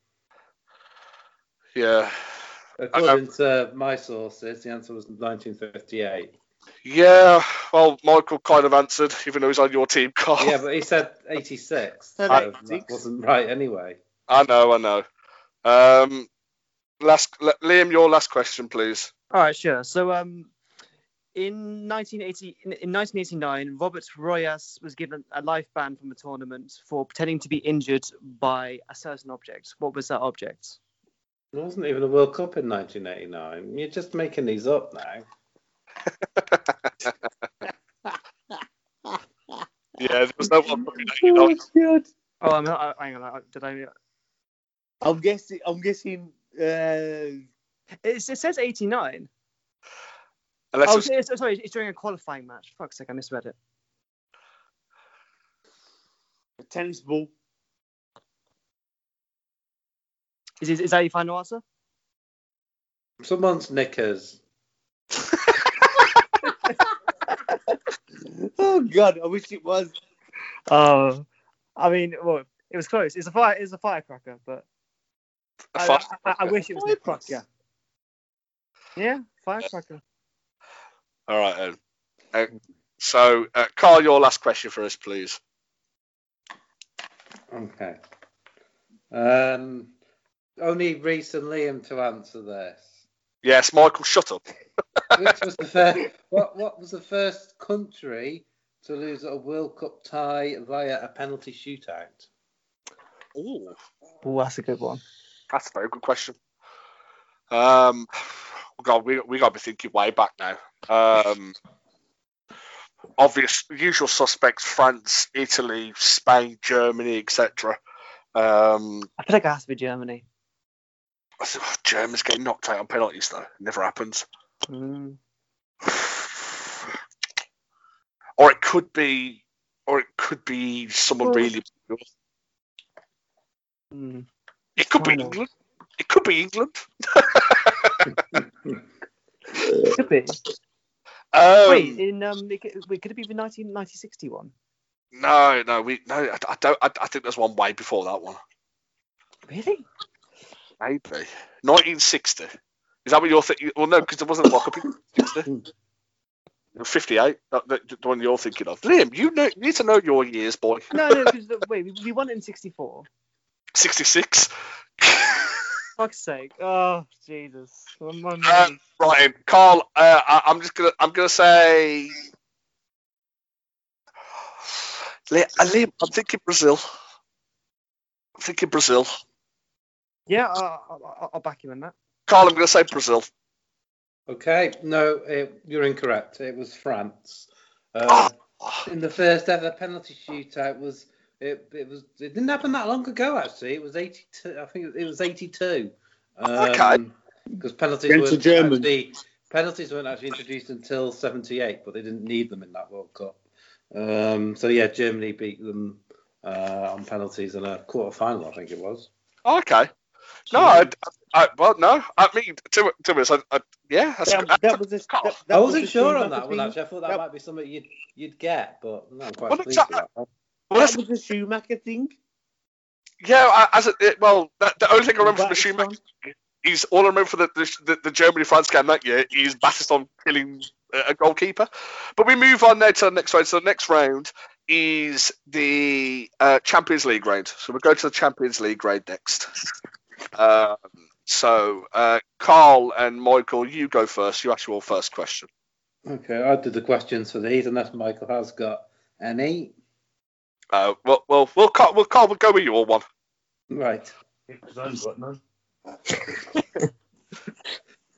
Yeah.
according to my sources. The answer was 1958.
Yeah. Well, Michael kind of answered, even though he's on your team, Carl.
Yeah, but he said 86. So
Said
that
86.
wasn't right anyway.
<laughs> I know. I know. Um, last, Li- Liam, your last question, please.
All right, sure. So, um, in 1980, in, in 1989, Robert Royas was given a life ban from the tournament for pretending to be injured by a certain object. What was that object?
There wasn't even a World Cup in 1989. You're just making these up now.
Yeah, there was no one.
Oh, God.
Oh, I'm, I, hang on. I, did I?
I'm guessing. I'm guessing. Uh,
It, it says 89.
Unless
oh,
it's-
it's, it's- sorry, it's during a qualifying match. Fuck's sake, I misread it.
a tennis ball.
Is, is, is that your final answer?
Someone's knickers.
Oh God! I wish it was.
Oh, I mean, well, it was close. It's a fire. It's a firecracker, but
A
I,
fire-
I, I, I wish it was
Firecracker.
Yeah, firecracker.
All right. Then. Uh, so, uh, Carl, your last question for us, please.
Okay. Um, only Reese and Liam to answer this.
Yes, Michael, shut up.
Which was the first, <laughs> what, what was the first country to lose a World Cup tie via a penalty shootout?
Ooh,
Oh, that's a good one.
that's a very good question. Um, God, we we got to be thinking way back now. Um, obvious, usual suspects: France, Italy, Spain, Germany, etc. Um,
I feel like it has to be Germany.
I think, oh, Germans get knocked out on penalties though. Never happens.
Mm.
Or it could be, or it could be someone
Well,
really.
Mm.
It could be
I know.
England. It could be England.
Could be.
Um,
Wait, in um, it could, wait, could it be the 1961?
No, no, we no. I, I don't. I, I think there's one way before that one.
Really?
Maybe 1960. Is that what you're thinking? Well, no, because there wasn't a lock up in 60. 58. That, that, the one you're thinking of, Liam. You know, you need to know your years, boy.
No, no. Because wait, we, we won it in '64.
<laughs> 66.
Fuck's sake. Oh, Jesus. My- my
Uh,
mind.
right, then. Carl. Uh, I, I'm just gonna. I'm gonna say. Li- uh, Liam, I'm thinking Brazil. I'm thinking Brazil.
yeah, I, I, I'll back you on that.
Carl, I'm gonna say Brazil.
Okay, no, it, you're incorrect. It was France.
Ah.
Uh, in the first ever penalty shootout was it, it was it didn't happen that long ago actually. It was 82. I think it was 82.
Okay.
Because penalties
Against the
weren't
Germans.
actually penalties weren't actually introduced until 78, but they didn't need them in that World Cup. Um, so yeah, Germany beat them uh, on penalties in a quarter final, I think it was.
Oh, Okay. No, I, I, well, no. I mean, to to be honest, I, I, yeah, that's,
That, that was a, that, that
I
was
wasn't
a
sure on
shoe
that one
thing.
actually. I thought that
That-
might be something you'd you'd get, but no, I'm quite
Well,
pleased
it's-
with that. one.
well, that's,
That was a Schumacher thing.
yeah. I, as it, it- well, that, the only thing I remember from the
That is
Schumacher
fun.
is all I remember for the the, the, the Germany France game that year is Battiston killing a a goalkeeper. But we move on now to the next round. So the next round is the uh, Champions League round. So we'll go to the Champions League round next. Um, so uh, Carl and Michael, you go first. You ask your first question.
Okay, I did the questions for these, unless Michael has got any.
Uh, well, well, we'll, Carl, we'll, Carl, we'll go with your one.
Right.
none.
<laughs>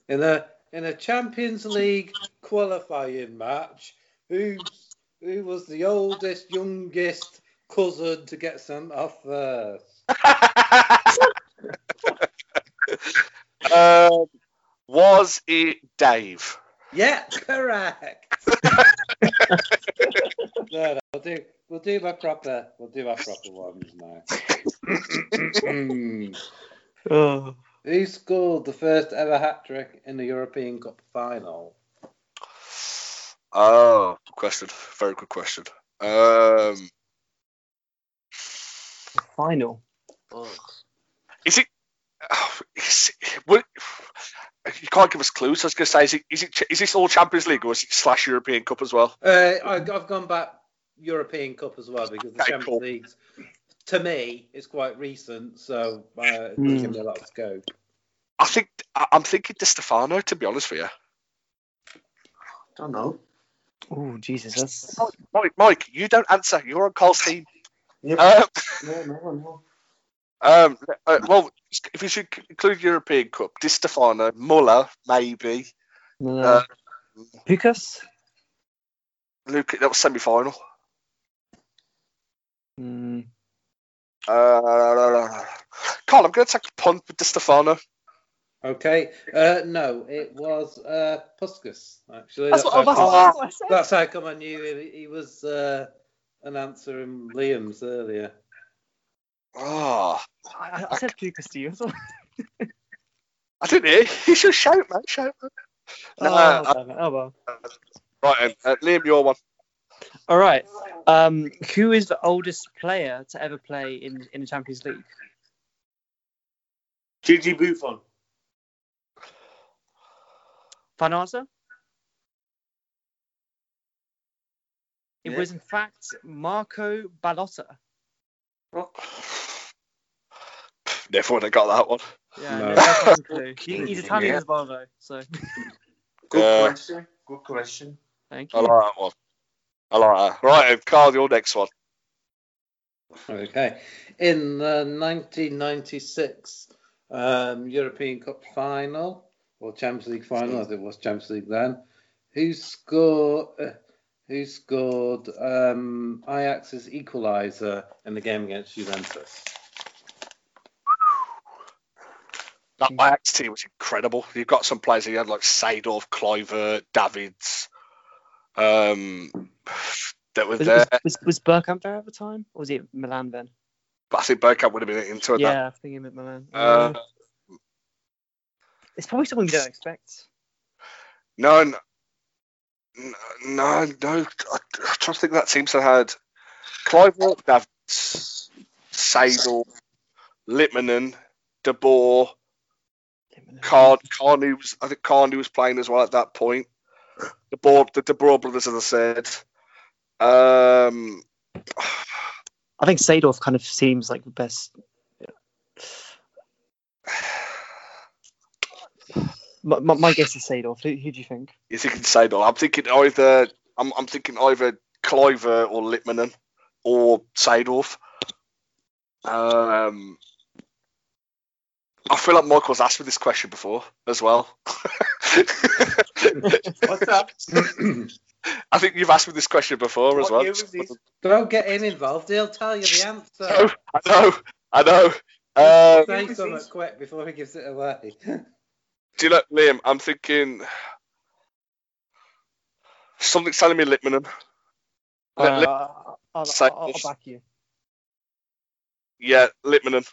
In a in a Champions League qualifying match, who who was the oldest, youngest cousin to get sent off first?
um, was it Dave?
Yeah, correct. <laughs> no, no, we'll do we'll do our proper we'll do our proper ones Hmm. now.
Oh.
Who scored the first ever hat trick in the European Cup final?
Oh, good question. Very good question. Um, <sighs>
Final.
is it? oh, is it- would- you can't give us clues. I was going to say, is it, is it? Is this all Champions League or is it slash European Cup as well?
Uh, I, I've gone back European Cup as well because the
Okay,
Champions
cool.
League, to me, is quite recent, so uh, it's
Hmm.
given me a lot of scope.
I think I- I'm thinking De Stefano. To be honest with you,
don't know.
Oh Jesus, that's
Mike, Mike, you don't answer. You're on Cole's team.
Yep.
Um,
no, no, no.
um, uh, well, if you should include European Cup, Di Stefano, Muller, maybe.
no.
Uh,
Lucas.
Luke, that was semi-final.
Hmm.
Uh, Carl, I'm going to take a punt with Di Stefano.
Okay. Uh, no, it was uh, Puskas, actually.
That's what,
how
that's,
come-
that's what I said.
that's how come I knew he, he was uh, an answer in Liam's earlier.
Ah,
I, I- I said Lucas to you.
I didn't hear. You should shout, mate. Shout. mate. No,
oh, damn it. Oh, well.
Right, then. uh, Liam, your one.
All right. Um, who is the oldest player to ever play in in the Champions League?
Gigi Buffon.
Final answer. It
Yeah.
was in fact Marco Ballotta.
Never would have got that one.
Yeah,
No.
no fucking <laughs> clue.
Okay.
He's Italian
Yeah.
as well though, so
Good
Uh,
question. Good question.
thank
I
you.
like that one. I like that. Right, then, Carl, your next one.
Okay. In the 1996 um, European Cup final, or Champions League final, as it was Champions League then, who scored? Uh, who scored um, Ajax's equaliser in the game against Juventus? <clears throat>
That Ajax team was incredible. You've got some players that you had like Seydorf, Cliver, Davids. Um, that were
Was,
there.
was, was, was Bergkamp there at the time, or was he at Milan then?
But I think Bergkamp would have been into it.
yeah, I think he was at Milan.
That. Uh,
it's probably someone you don't expect.
No, no, no, no. no. I, I'm trying to think of that team that had Clive Walk, Davids, Seidel, Litmanen, De Boer, Car- Carney was. I think Carney was playing as well at that point. De Boer, the De Boer brothers, as I said. Um,
I think Seydorf kind of seems like the best. <sighs> My, my, my guess is Seydorf. Who, who do you think?
you thinking Seidel? I'm thinking either. I'm, I'm thinking either Cliver or Litmanen or Seidorf. Um, I feel like Michael's asked me this question before as well. <laughs>
What's
<laughs>
up?
I think you've asked me this question before as
What
well.
year was this?
Don't get him involved. He'll tell you the
No,
answer.
I know, I know. Uh,
Say
Who was
something
this?
quick before he gives it away. <laughs>
do you know, Liam? I'm thinking something's telling me Litmanen. Let-
Uh,
let-
I'll, I'll,
Seydorf.
I'll back you.
Yeah, Litmanen.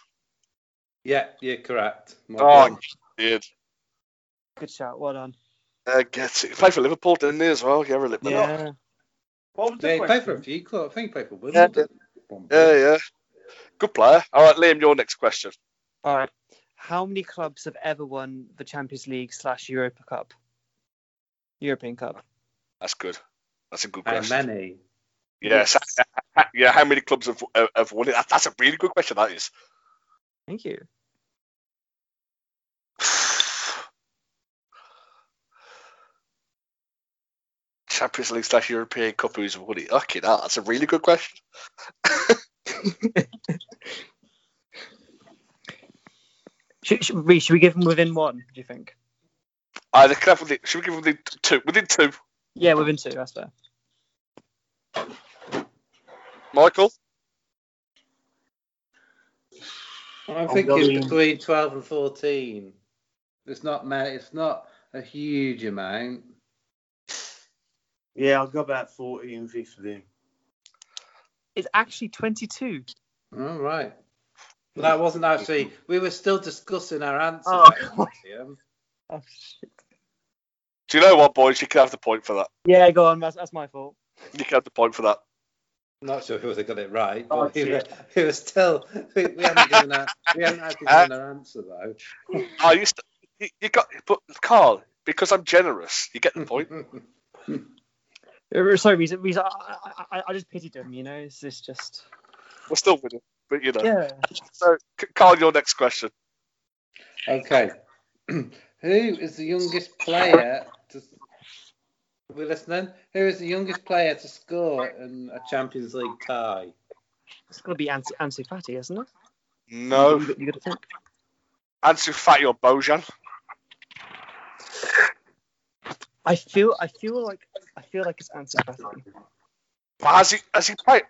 yeah, you're correct. My
Oh,
God.
did.
Good shout. Well done.
Uh, gets it. He played for Liverpool, didn't he, as well? Yeah, Litmanen.
Yeah.
What was the
yeah, he played for a
question?
few clubs. I think he played for
Yeah,
Wimbledon.
Yeah, yeah. Good player. All right, Liam, your next question.
All right. How many clubs have ever won the Champions League slash Europa Cup? European Cup.
That's good. That's a good
How
question.
many?
Yes. yeah. How many clubs have have- have won it? That- That's a really good question. That is. <sighs>
Thank you.
Champions League slash European Cup. Who's won it? Okay, that, that's a really good question.
Should, should, we, should we give them within one? Do you think?
Either can I have within, should we give within two? Within two,
Yeah, within two. That's fair.
Michael.
I'm
I'm
thinking
going-
between 12 and 14. It's not ma- It's not a huge amount.
Yeah, I'll go about 40 and 50.
It's actually 22.
All right. But that wasn't actually. We were still discussing our answer. <laughs>
Oh, come on. Oh, shit.
Do you know what, boys? You can have the point for that.
Yeah, go on. That's, that's my fault.
You can have the point for that.
Not sure who would have got it right, but
Oh,
we, were,
shit.
we were still. We, we hadn't given our, we hadn't actually
Uh.
given our answer though.
I used to. You, you got, but Carl, because I'm generous, you
Mm-hmm.
get the point.
Uh, Sorry, Reason. Reason I, I, I- I just pitied him, you know? It's it's just.
We're still winning, but you know.
Yeah.
So, C- Carl, your next question.
<laughs> Okay. <clears throat> Who is the youngest player to. Are we listening? Who is the youngest player to score in a Champions League tie?
It's got to be Ansu, Ansu Fati, isn't it?
No,
You, you got to think.
Ansu Fati or Bojan?
I feel, I feel like, I feel like it's Ansu Fati.
But has he has he played?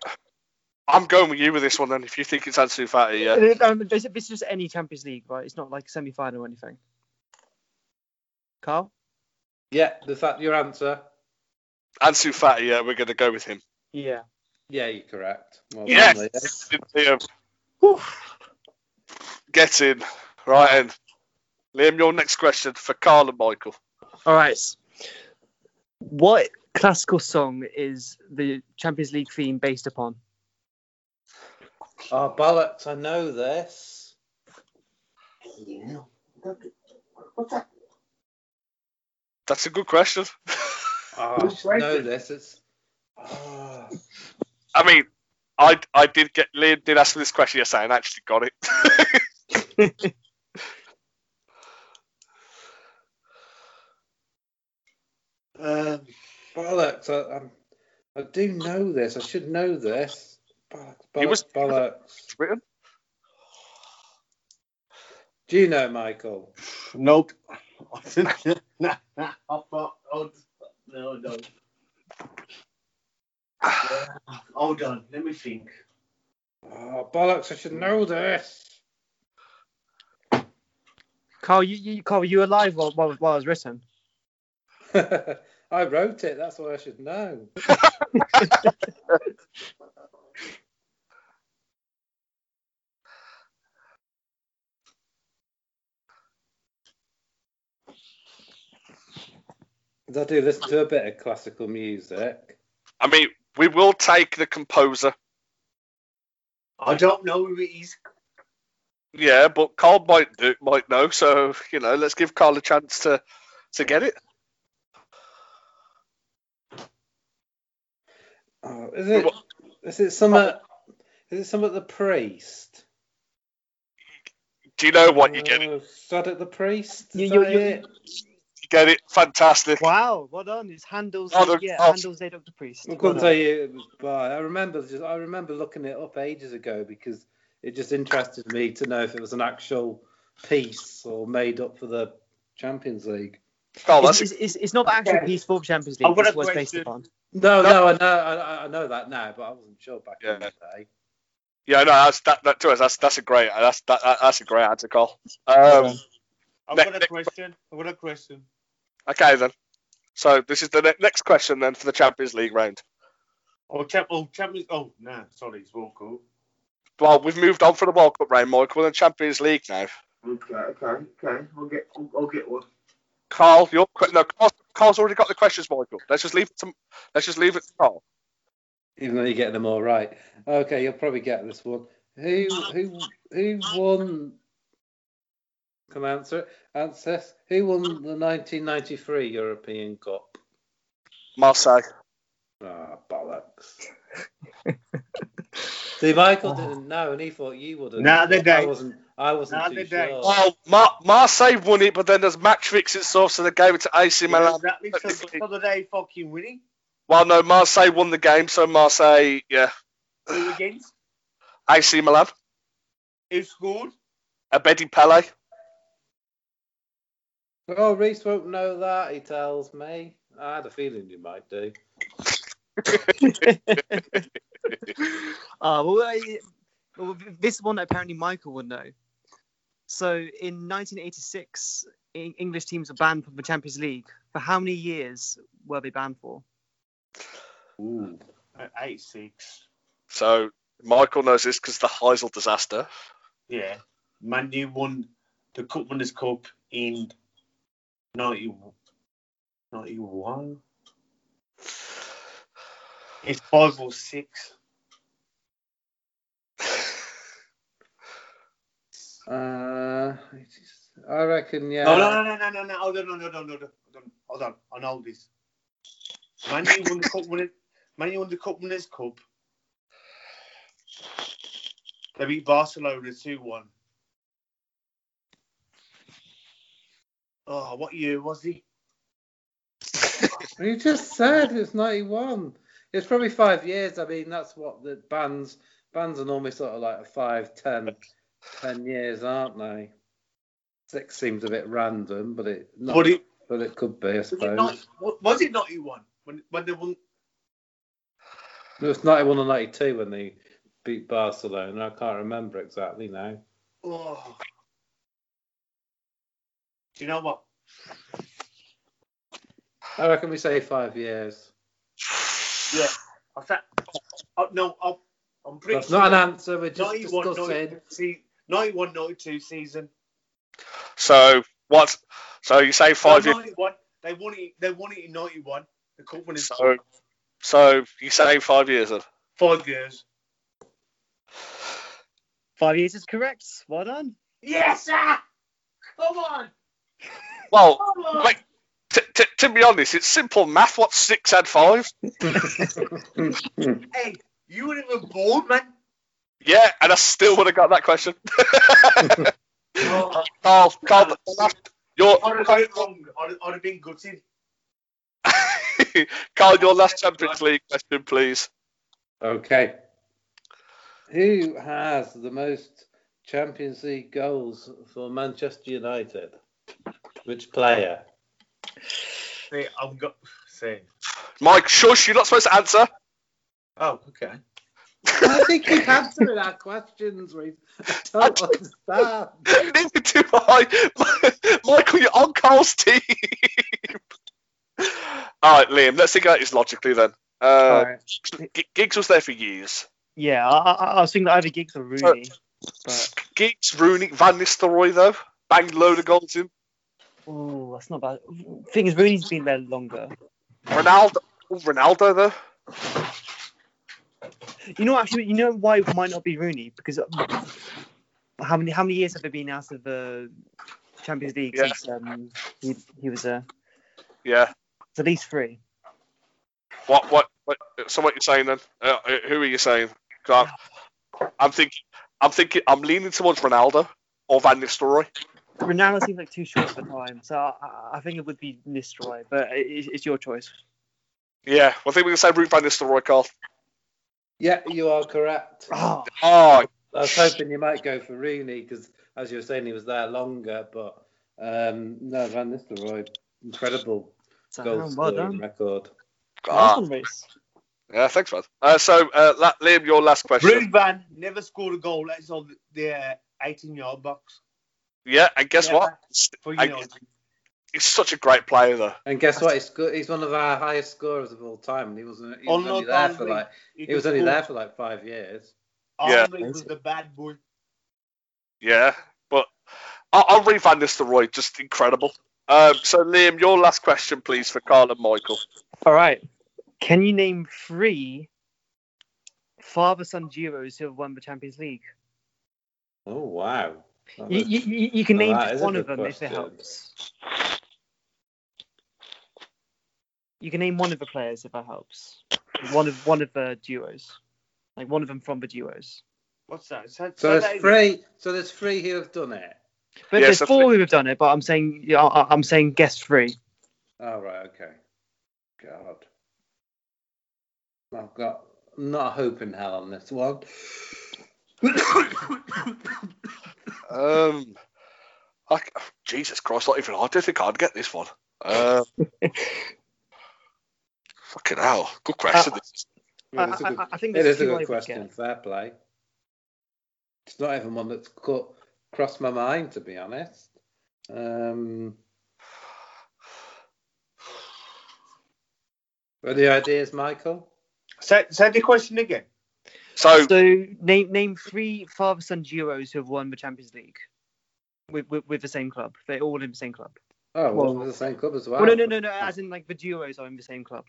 I'm going with you with this one then. If you think it's Ansu Fati, yeah.
Um, this, this is just any Champions League, right? It's not like semi-final or anything. Carl?
Yeah, is that your answer?
Ansu Fati, yeah, we're going to go with him.
Yeah.
Yeah, you're correct. Well done, Leo.
Yes, Liam, get in. Right, and Liam, your next question for Carl and Michael.
All right. What classical song is the Champions League theme based upon?
Oh, bollocks, I know this.
Yeah. What's that?
That's a good question. Ah.
Oh, I
Who's
should know
racing?
this. It's. Oh,
I mean, I I did get Liam did ask me this question yesterday and I actually got it. <laughs>
Um,
bollocks, I, I'm, I do know this. I should know this. Bollocks,
He
bollocks,
was-
bollocks.
Written?
Do you know, Michael?
nope. <laughs> nah, nah, I thought, oh, no, I don't.
Yeah. Hold on, let me think.
Oh, bollocks, I should know this.
Carl, you, you Carl, were you alive while, while, while it was written?
<laughs> I wrote it. That's why I should know. <laughs> I do listen to a bit of classical music.
I mean, we will take the composer.
I don't know who it is.
Yeah, but Carl might do, might know. So you know, let's give Carl a chance to to get it.
Oh, is it? Is it some? of- Is it some of the priest?
Do you know what? You get it.
Oh, Sad at the priest. Is
You- you-
that
you-
it?
You get it. Fantastic.
Wow, well done. It's Handel's,
Oh, the-
yeah,
oh.
Handel's Day Dr. Priest.
I
Well
couldn't
done.
tell you it was by. I remember just I remember looking it up ages ago because it just interested me to know if it was an actual piece or made up for the Champions League.
Carl,
It's,
Oh,
<laughs>
that's
it's, it's, it's not the actual
Okay.
piece for Champions
I've
League.
got
This
a
was based
question.
upon.
No,
No.
no, I know, I, I know that now, but I wasn't sure back in the
Yeah.
day.
yeah. No, that's that. that to us, that's that's a great. That's that, that- that's a great answer, Carl. Um,
I've
Ne-
got
ne-
a question. I've got a question.
okay then. So this is the ne- next question then for the Champions League round.
Oh, champ, oh, champions. Oh, no, sorry, it's World Cup.
Well, we've moved on from the World Cup round, Michael, We're in Champions League now.
Okay, okay, okay. I'll get, I'll, I'll get one.
Carl, your que- no, Carl's, Carl's already got the questions, Michael. Let's just leave it to let's just leave it to Carl.
Even though you get them all right. Okay, you'll probably get this one. Who who who won? Can I answer it? Answer this. Who won the 1993 European Cup?
Marseille.
Ah, bollocks. <laughs> See, Michael didn't know, and he thought you would have.
Not the day.
I wasn't. I wasn't
Not Oh. the
too
day.
sure.
Well, Mar- Oh, Marseille won it, but then there's match fixing stuff, so they gave it to AC Milan.
Yeah, exactly. So, so the day fucking winning.
Well, no, Marseille won the game, so Marseille, yeah,
Who against?
AC Milan,
Who scored?
Abedi Pele.
Oh, Reese won't know that. He tells me. I had a feeling you might do.
<laughs> Uh, well, I- well, this one apparently Michael would know. So in 1986, Eng- English teams were banned from the Champions League. For how many years were they banned for?
Ooh.
at 86.
So Michael knows this because the Heisel disaster.
Yeah. Man U won the Cup Winners' Cup in 90, 91. It's five or six.
Uh, it's just- I reckon, yeah.
No, no, no, no, no, no, no, hold on, no, no, no, no, no, hold on, hold on, I know this. Man U won the Cup Winners' Man U won the Cup Winners' Cup. They beat Barcelona 2 1. Oh, what year was he?
You just said it's 91. It's probably five years. I mean, that's what the bands bands are normally sort of like five, ten, ten years, aren't they? Six seems a bit random, but it not,
But it,
but it could be, I
Was it not?
suppose.
wa- Was it not you won when when they won?
It was 91 or 92 when they beat Barcelona. I can't remember exactly now.
Oh. Do you know what?
I reckon we say five years.
Yeah. I fa- oh, no, i I'm pretty
That's not an answer. We're just
91,
discussing.
92, se- 91, 92 season.
So what? So you say five
No,
years?
91. They won it. They won it in 91. The cup winners.
So, so you say five years? Then?
Five years.
Five years is correct. Well done.
Yes, sir. Come on.
Well,
Come on.
Like- t- t- to be honest, it's simple math. What's six add five?
Hey, you weren't even
<laughs>
born, man.
Yeah, and I still would have got that question.
Oh,
Carl, Carl, your
I'd have got it wrong. I'd, I'd have been gutted.
<laughs> Carl, your last Champions League question, please.
<laughs> Okay. Who has the most Champions League goals for Manchester United? Which player?
See, I've got. See.
Mike, shush, you're not supposed to answer.
Oh, okay.
I think he's answering our questions. We I <laughs> don't understand.
Neither do I. <laughs> Michael, you're on Carl's team. <laughs> All right, Liam, let's think about this logically then. Uh,
Alright.
G- Giggs was there for years.
Yeah, I, I, I was thinking either Giggs or Rooney. But,
Giggs, Rooney, Van Nistelrooy, though, banged load of goals in.
oh, that's not bad. Thing is, Rooney's been there longer.
Ronaldo, oh, Ronaldo, though.
You know, actually, you know why it might not be Rooney because uh, how many how many years have they been out of the Champions League
Yeah.
since um, he, he was there?
Yeah.
It's at least three.
What, what, what? So what you're saying then? Uh, who are you saying? 'Cause I'm, I'm thinking, I'm thinking, I'm leaning towards Ronaldo or Van Nistelrooy.
Ronaldo seems like too short for time, so I, I- I think it would be Nistelrooy, but it, it's your choice.
Yeah, well, I think we can say Root Van Nistelrooy, Carl.
Yeah, you are correct.
Oh,
Oh,
I was hoping you might go for Rooney because, as you were saying, he was there longer. But um, no, Van Nistelrooy, incredible
so
goal
well
scoring
done.
record.
God.
Nice one, Reece.
Yeah, thanks, man. Uh, so, uh, la- Liam, your last question.
Bruce Van never scored a goal outside
uh,
the 18 yard box.
Yeah, and guess
Yeah.
what? It's-
For
I-
United.
He's such a great player, though.
And guess what? He's, good. he's one of our highest scorers of all time. And he wasn't. He Oh, was
Arnold
only there for
Arnold.
like. He was only there for like five years.
Yeah.
Arnold was the bad boy.
Yeah, but I- I'll read Van Nistelrooy. Just incredible. Um, so, Liam, your last question, please, for Carl and Michael.
All right. Can you name three father son duos who have won the Champions League?
Oh wow! That
You,
was-
you, you- you can
Now
name
that
just
is a
one of
good
them if it
question.
helps. You can name one of the players if that helps. One of one of the duos, like one of them from the duos.
What's that? So,
so
so
there's
that-
three. So there's three who have done it.
But
Yes,
there's
that's
four who have done it. But I'm saying yeah, I, I'm saying guess three.
Oh right, okay. God, I've got not a hope in hell on this one.
Um, I c oh, Jesus Christ, not even I don't think I'd get this one. Uh, fucking hell, good question.
Uh,
this.
Yeah,
I,
that's a
I-
good-
I- I think
it
there's
is a
two I
good
would
question.
get.
Fair play. It's not even one that's cut, crossed my mind to be honest. Um, what are the ideas, Michael?
Say, say the question again.
So,
So name name three father son duos who have won the Champions League with with, with the same club. They're all in the same club.
Oh, well,
Well-
the same club as well.
Well, no, no, no, no. As in, like the duos are in the same club.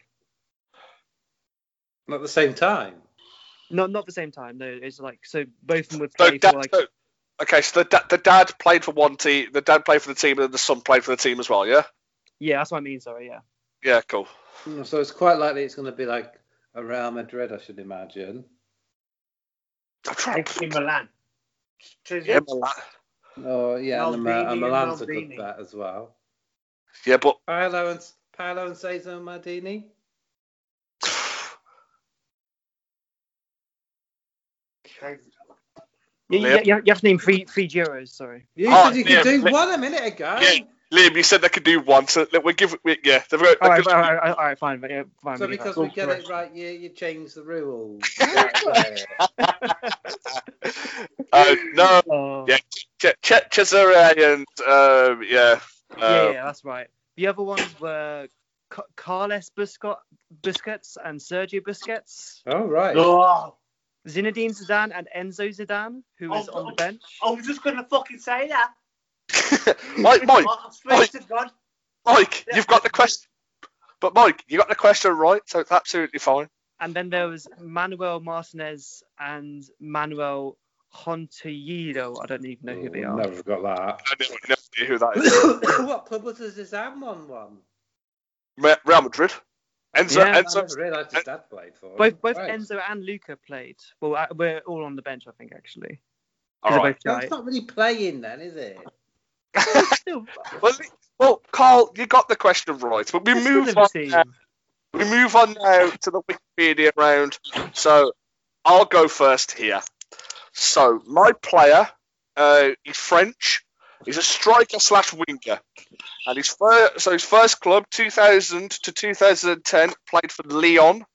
Not the same time.
Not not the same time. No, it's like so both of them would
so
play
dad,
for like.
so- okay, so the, da- the dad played for one team, the dad played for the team, and the son played for the team as well. Yeah,
Yeah, that's what I mean. Sorry, yeah.
yeah, cool.
Mm, So it's quite likely it's going to be like a Real Madrid, I should imagine.
I'm trying to-
AC Milan.
Yeah, Milan.
Oh, yeah, and, the, Mil- and
Maldini,
Milan's a good
Maldini.
bet as well.
yeah, but
Paolo and, Paolo and Cesar Maldini?
You,
Yeah.
you, you have to name three three duos. Sorry.
You
Oh,
said you could
yeah,
do
but-
one a minute ago.
Yeah. Liam, you said they could do one, so we give. We, yeah, they've got.
All right,
they've
all
got-
right, all right, all right, fine. But yeah, fine.
So
yeah,
because
fine.
we get it right, you, you change
<laughs>
the rules.
<laughs> Uh, no,
Oh.
Yeah. Ch- Ch- Cesare and um, yeah, uh,
yeah, yeah, that's right. The other ones were Ca- Carles Busco- Busquets and Sergio Busquets,
oh, right.
No,
Zinedine Zidane and Enzo Zidane, who was
Oh,
on the
oh,
bench.
I was just going to fucking say that.
uh, <laughs> Mike, Mike,
I swear to God.
Mike, you've got the question. But Mike, you got the question right, so it's absolutely fine.
And then there was Manuel Martinez and Manuel Hontido. I don't even know who they
Oh,
are.
Never got that.
I don't know who that is.
<coughs> what club was his Zidane one? one?
<laughs>
Ma- Real Madrid. Enzo,
Yeah,
I
Enzo,
never realised his dad played for him.
Both both
Right.
Enzo and Luca played. Well, uh, we're all on the bench, I think, actually.
all
'Cause they're
right.
both
That's
giant.
not really playing then, is it?
Still,
well, well, Carl, you got the question right, but we
that's
move
still
on.
a team.
Now, we move on now to the Wikipedia round. So I'll go first here. So my player, uh, he's French. He's a striker slash winger, and his first so his first club, 2000 to 2010, played for Lyon.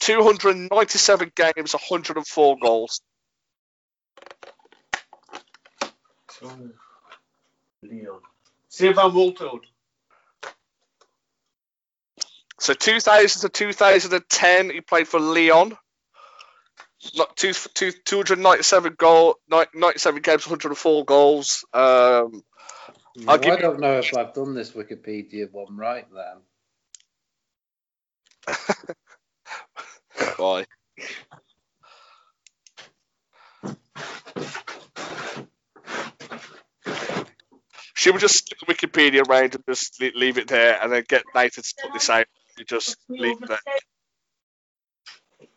297 games, 104 goals.
Leon. Sylvan Walthold.
So 2000 to 2010, he played for Lyon. Not two, two, 297 goal, ni- 97 games, 104 goals. Um, I'll
Well,
give
I
you-
don't know if I've done this Wikipedia one right then.
Bye. Should we just skip the Wikipedia round and just le- leave it there and then get Nathan to put this out? You just leave it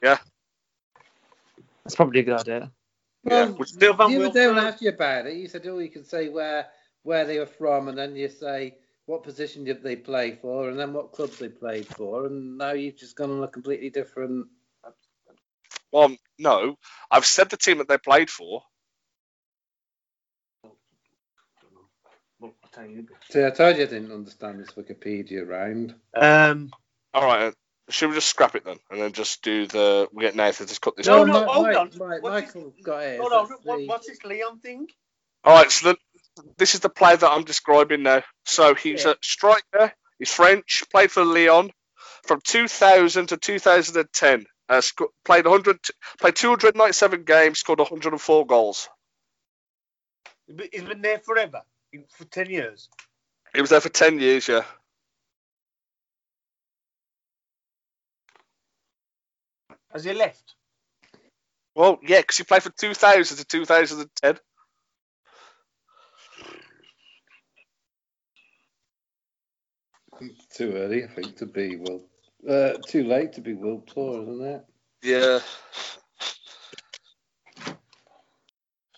there.
That's probably a good idea.
Yeah.
Well,
Would
the
Stefan
other day
Wilson-
when I asked you about it, you said, "Oh, you can say where where they were from, and then you say what position did they play for, and then what club they played for." And now you've just gone on a completely different.
Well, no, I've said the team that they played for.
Well, I tell you,
See, I told you I didn't understand this Wikipedia round.
Um,
All right. uh, Should we just scrap it then and then just do the? We get Nathan to cut this.
No,
out?
no, hold
Mi-
on.
Mi- Mi-
What is-
Michael's got it.
Hold on,
That's
what,
the-
what's this Leon thing?
All right, so the, this is the player that I'm describing now. So he's a striker. He's French. Played for Lyon from 2000 to 2010. Uh, sc- played 100, played 297 games, scored 104 goals.
He's been- He's been there forever, in- for 10 years.
He was there for 10 years, yeah.
Has he left?
Well, yeah, because he played from 2000 to 2010.
Too early, I think, to be well. Uh, too late to be world tour, isn't it?
Yeah.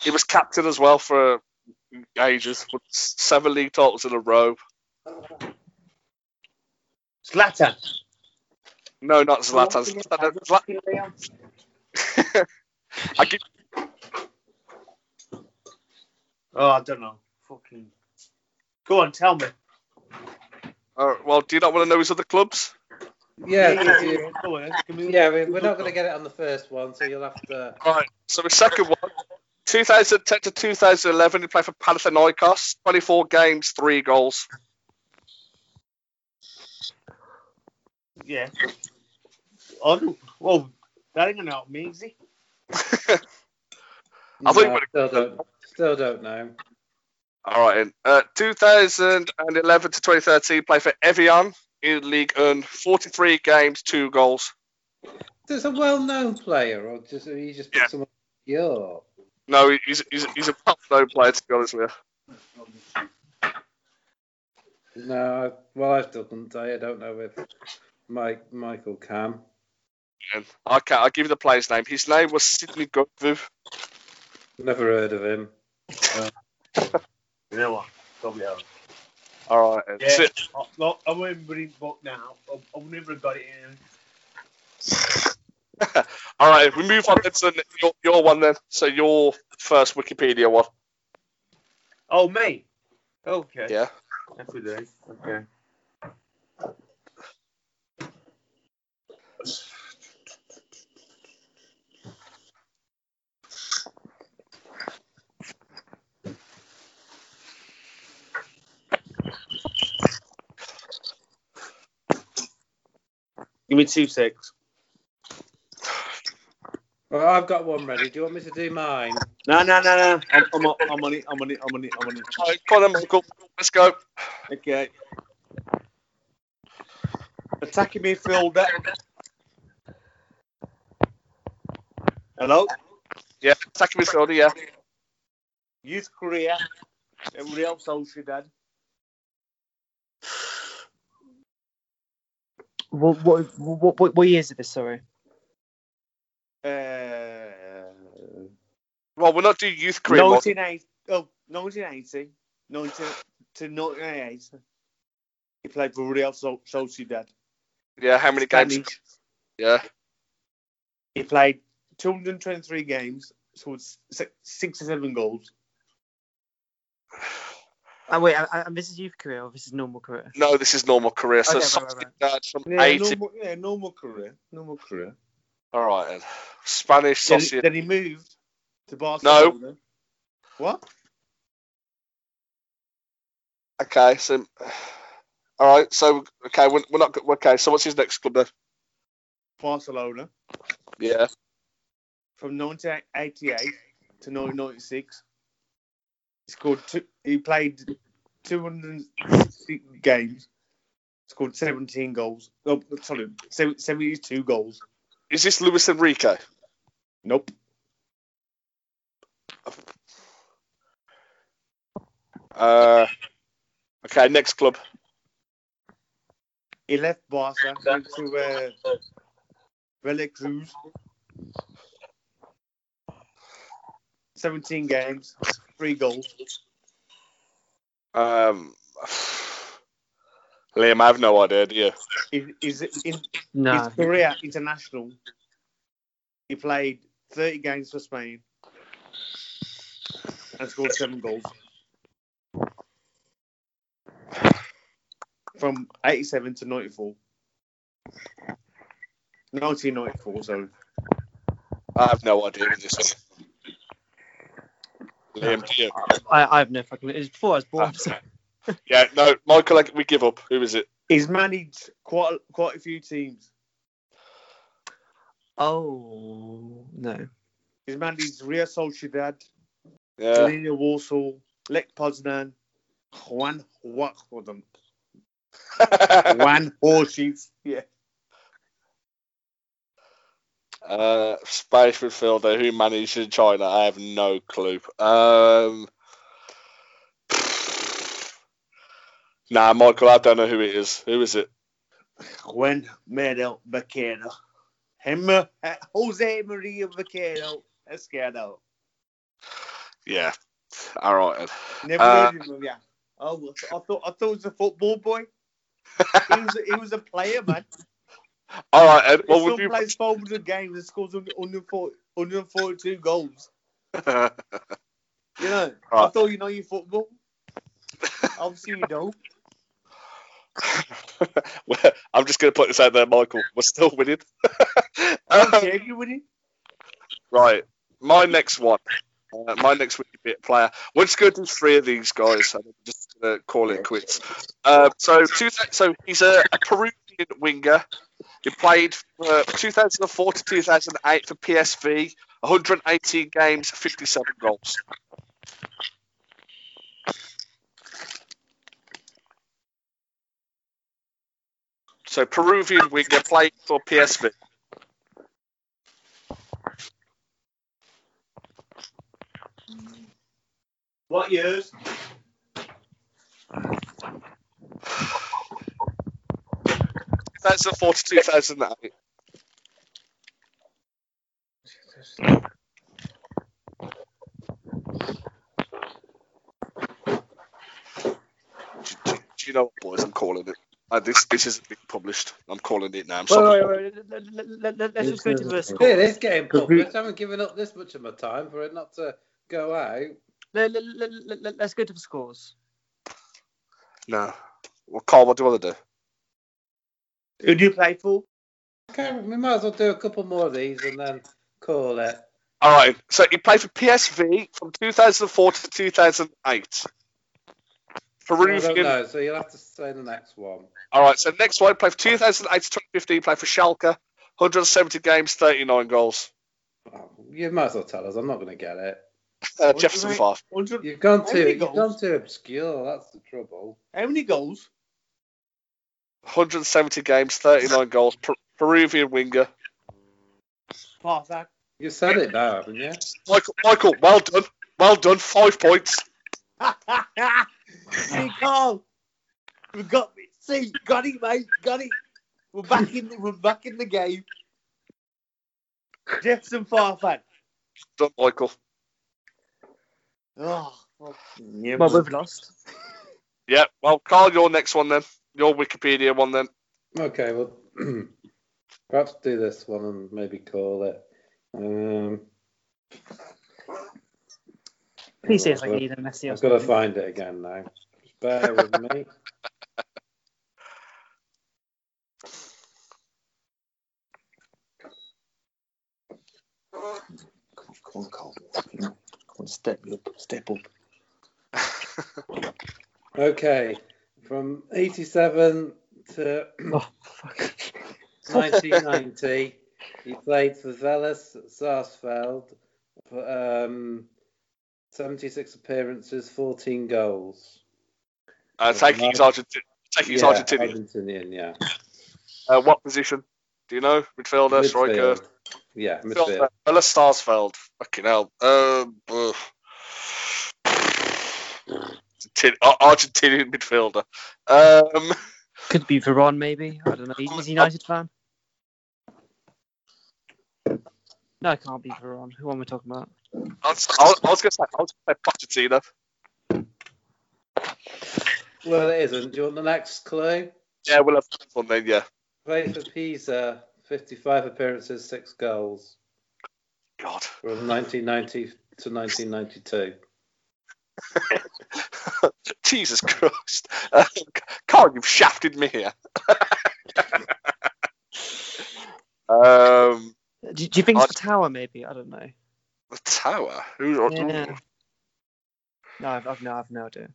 He was captain as well for ages, with seven league titles in a row.
Zlatan.
No, not Zlatan. Zlatan, Zlatan <laughs> I give,
Oh, I don't know. Fucking. Go on, tell me.
uh, well, do you not want to know his other clubs?
Yeah, 'cause you-
Go on, give me-
yeah. we- We're not going to get it on the first one, so you'll have to.
All right. So the second one, 2010 to 2011, he played for Panathinaikos, 24 games, three goals. <laughs>
Yeah. On. Well, That ain't gonna help me, is it?
No,
I thought you would've-
still don't, still don't know.
All right. then. Uh, 2011 to 2013, play for Evian in League One, 43 games, two goals.
There's a well-known player, or just you just put
Yeah.
someone. Yeah.
No, he's, he's, he's a well-known player, to be honest with
No, I- well, I still couldn't tell you. I don't know if Mike Michael Cam.
you. Okay, I'll give you the player's name. His name was Sidney Goodview.
Never heard of him.
You know what? Probably help.
All right. then.
Yeah.
So-
I, look, I won't read book now. I, I've never got it in.
All right, we move on then to the- your, your one then. So your first Wikipedia one.
Oh, me. Okay.
Yeah.
That's what it is. Okay.
Give me two six.
Well, I've got one ready. Do you want me to do mine?
No, no, no, no. I'm, I'm, on, I'm on it. I'm on it. I'm on it. I'm on it.
All right, come on, Michael. Let's go.
Okay. Attacking midfielder. Hello.
Yeah, attacking midfielder. Yeah.
Youth career. at Real
oh,
Sociedad.
What, what, what, what, what year is this? Sorry.
Uh,
Well, we'll not do youth career. Mod.
1980, oh, 1980, 19 to 1980. He played for Real So- Sociedad.
Yeah. How many games?
Spanish.
Yeah.
He played 223 games, so it's six, six or seven goals.
Oh, wait, and- and this is youth career or this is normal career?
No, this is normal career. So
Okay, right,
something
right,
that's from
Yeah,
80.
normal, yeah, normal career. Normal career.
All right then. Spanish
Then,
sausage.
then he moved to Barcelona. No. What?
Okay. So. All right. So okay, we're, we're not. Okay. So what's his next club then?
Barcelona
Yeah.
from 1988 to 1996. He scored two, he played 260 games, scored 17 goals. Oh, sorry, se- 72 goals.
Is this Luis Enrique?
Nope.
Uh. Okay. Next club.
He left Barca went to uh, Vela Cruz. 17 games, three goals.
Um. Liam, I have no idea. Do you?
His, his, his, his
No.
career international. He played 30 games for Spain and scored seven goals. From 87 to 94. 1994, sorry.
I have no idea what this is. Liam, do you?
I, I have no fucking. It was before I was born. so-
Yeah, no, Michael, I- we give up. Who is it?
He's managed quite quite a few teams.
Oh no.
He's managed Real Sociedad,
Yeah.
Slovenia Warsaw, Lech Poznan, Juan what for them?
<laughs>
Juan Horses. Yeah.
uh, Spanish midfielder who managed in China. I have no clue. Um, <sighs> nah, Michael, I don't know who it is. Who is it?
Juan Mero Vaquero. Him, uh, Jose Maria Vaquero Escado.
Yeah. All right. then.
Never
Uh,
heard of him, yeah. Oh, I thought I thought it was a
<laughs>
football boy. he, was, he was a player, man.
All right. then. Well,
he
we'll
still
do.
plays 400 games and scores 140 142 goals. You know, I
Right.
thought you know your football. Obviously, you
<laughs>
don't.
<laughs> Well, I'm just going to put this out there, Michael. We're still winning. <laughs> Um,
I don't care if you win it.
Right. My next one. Uh, my next Wikipedia player. We're just going to do three of these guys. and I'm just going to call it quits. Uh, so, two, so he's a, a Peruvian winger He played for 2004 to 2008 for PSV, 118 games, 57 goals. So Peruvian winger played for PSV.
What years?
That's the 4 to 2008. Do, do- do you know what, boys? I'm calling it. Uh, this this isn't being published. I'm calling it now. I'm sorry.
Wait, wait, wait, let- let- let- let- Let's just go to the score.
It is getting
Could we-
published. I haven't given up this much of my time for it not to go out.
Let- let- let- let- let- Let's go to the scores.
No. Well, Carl, what do you want to do?
Who do you play for?
Okay, we might as well do a couple more of these and then call it.
All right. So he played for PSV from 2004 to 2008.
I don't
Peruvian.
know, so you'll have to say the next one.
All right. So next one, played for 2008 to 2015. Played for Schalke, 170 games, 39 goals.
Oh, you might as well tell us. I'm not going to get it.
Uh,
What do
Jefferson
they-
Farr.
100,
You've gone
How
too.
many
You've
goals?
gone too obscure. That's the trouble.
how many goals?
170 games, 39 goals. Per- Peruvian winger.
Pasak.
You said it now, haven't you?
Michael, Michael, well done. Well done. Five points.
<laughs> see, Carl, we got see, got it, mate, got it. We're back in, the, we're back in the game. Jefferson Farfan.
Done, Michael.
Oh, fuck. yeah,
Well,
man.
we've lost.
Yeah. Well, Carl, your next one then. Your Wikipedia one then. <laughs>
Okay, well, <clears throat> perhaps do this one and maybe call it. Um,
Please say it's
I've
like Eden Messi or
I've got to
something.
find it again now. Just bear with me.
Come on, come on, Carl. Fucking hell. Come on, step me up, step up.
Uh,
Okay, from 87 to
Oh, fuck.
1990, he played for Velas Sarsfeld, um, 76 appearances, 14 goals.
Uh, taking his Argentina. Taking his
Yeah,
Argentinian.
Argentinian, yeah.
Uh, what position? Do you know? Midfielder, striker.
Midfield. Yeah, midfield.
Midfielder. Ella Starsfeld. Fucking hell. Um, ugh. Argentin- Ar- Argentinian midfielder. Um,
Could be Veron, maybe. I don't know. He's a United fan. No, it can't be Veron. Who am I talking about?
I was, I was- I was going to say, I was going to say Pochettino.
Well, it isn't. Do you want the next clue?
Yeah, we'll have fun then, yeah.
Played for Pisa, 55 appearances, 6 goals
God.
from 1990 to 1992.
Jesus Christ. Uh, Carl, you've shafted me here. <laughs> um,
Do, do you think it's
I'd-
the tower, maybe? I don't know.
the tower. Who,
Yeah. No, I've, I've, no, I've no idea.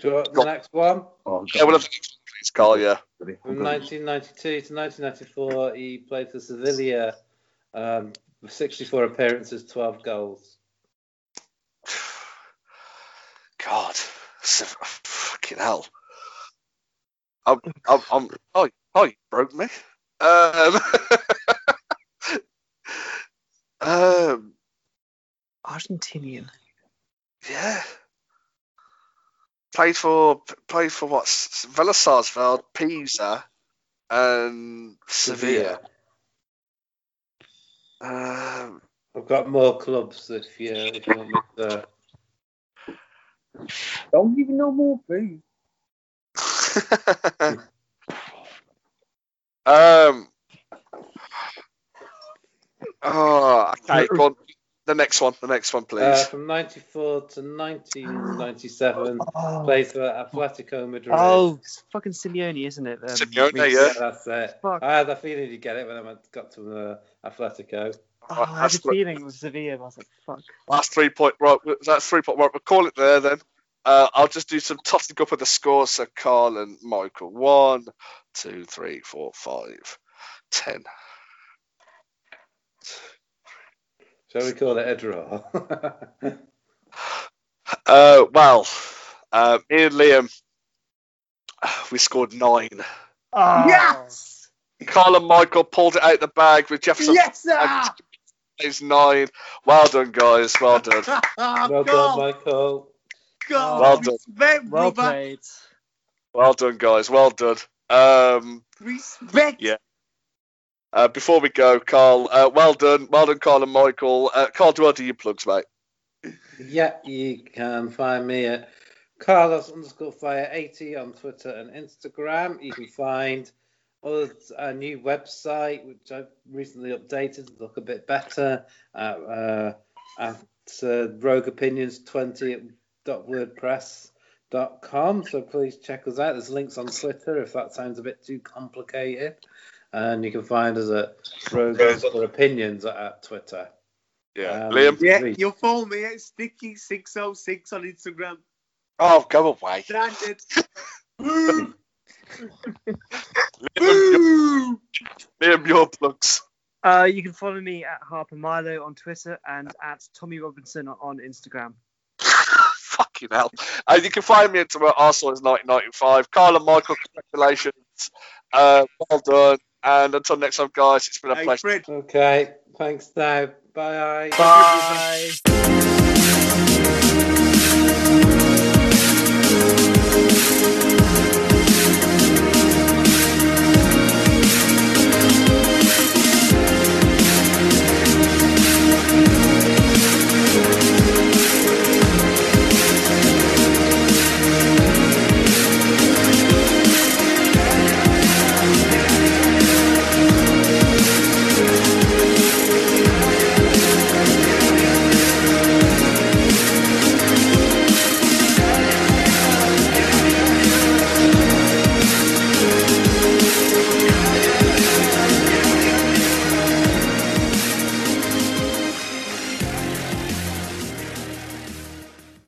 Do you want the next one?
Oh,
yeah, we'll have please, Carl, yeah.
From 1992 to 1994, he played for Sevilla, um, 64 appearances, 12 goals.
God. <laughs> So- Fucking hell. I'm, I'm, I'm, oh, oh, you broke me. Um, <laughs> um,
Argentinian.
Yeah. Played for played for what? S- Villa Sarsfield, Pisa, and Sevilla. Um,
I've got more clubs if you, if you want me to.
Don't give me no more, please.
<laughs> um. Oh, okay. Go on. The next one. The next one, please.
Uh, from 94 to 1997,
Oh,
played for Atletico Madrid.
oh it's fucking Simeone, isn't it? Um,
Simeone, Ah,
Reece.
yeah.
Yeah, that's it.
Fuck.
I had a feeling you'd get it when I went- got to the Atletico.
Oh, I had a
Uh, That's-
feeling it was Sevilla. but I was like, fuck.
That's three point. Right, that's three point. Right, we'll call it there then. Uh, I'll just do some totting up of the scores. So Carl and Michael, one, two, three, four, five, ten.
Shall we call it a draw? <laughs>
Uh, well, um, Ian Liam, <sighs> we scored nine.
Oh.
Yes!
Carl and Michael pulled it out the bag with Jefferson.
yes, sir!
It's nine. Well done, guys. Well done.
<laughs>
well done, Michael.
God,
Well done.
Oh, respect,
Well
brother.
played.
Well done, guys. Well done. Um,
Respect.
Yeah. uh, before we go, Carl, uh, well done. Well done, Carl and Michael. Uh, Carl, do I do your plugs, mate?
Yeah, you can find me at Carlos underscore fire 80 on Twitter and Instagram. You can find us a new website, which I've recently updated to look a bit better at, uh, at uh, rogueopinions20.wordpress.com. So please check us out. There's links on Twitter if that sounds a bit too complicated. And you can find us at rogue underscore opinions at, at Twitter.
Yeah.
Um,
Liam?
Yeah,
Please.
you'll follow me at Sticky606 on Instagram.
Oh, go away.
Standard. Woo!
Liam, your,
Woo!
Liam, your plugs.
Uh, you can follow me at Harper Milo on Twitter and at Tommy Robinson on Instagram.
<laughs> Fucking hell. Uh, you can find me at Arsenal is 1995. Carl and Michael, congratulations. Uh, well done. And until next time, guys, it's been a
Hey,
pleasure.
Fred.
Okay, thanks now. Bye.
Bye.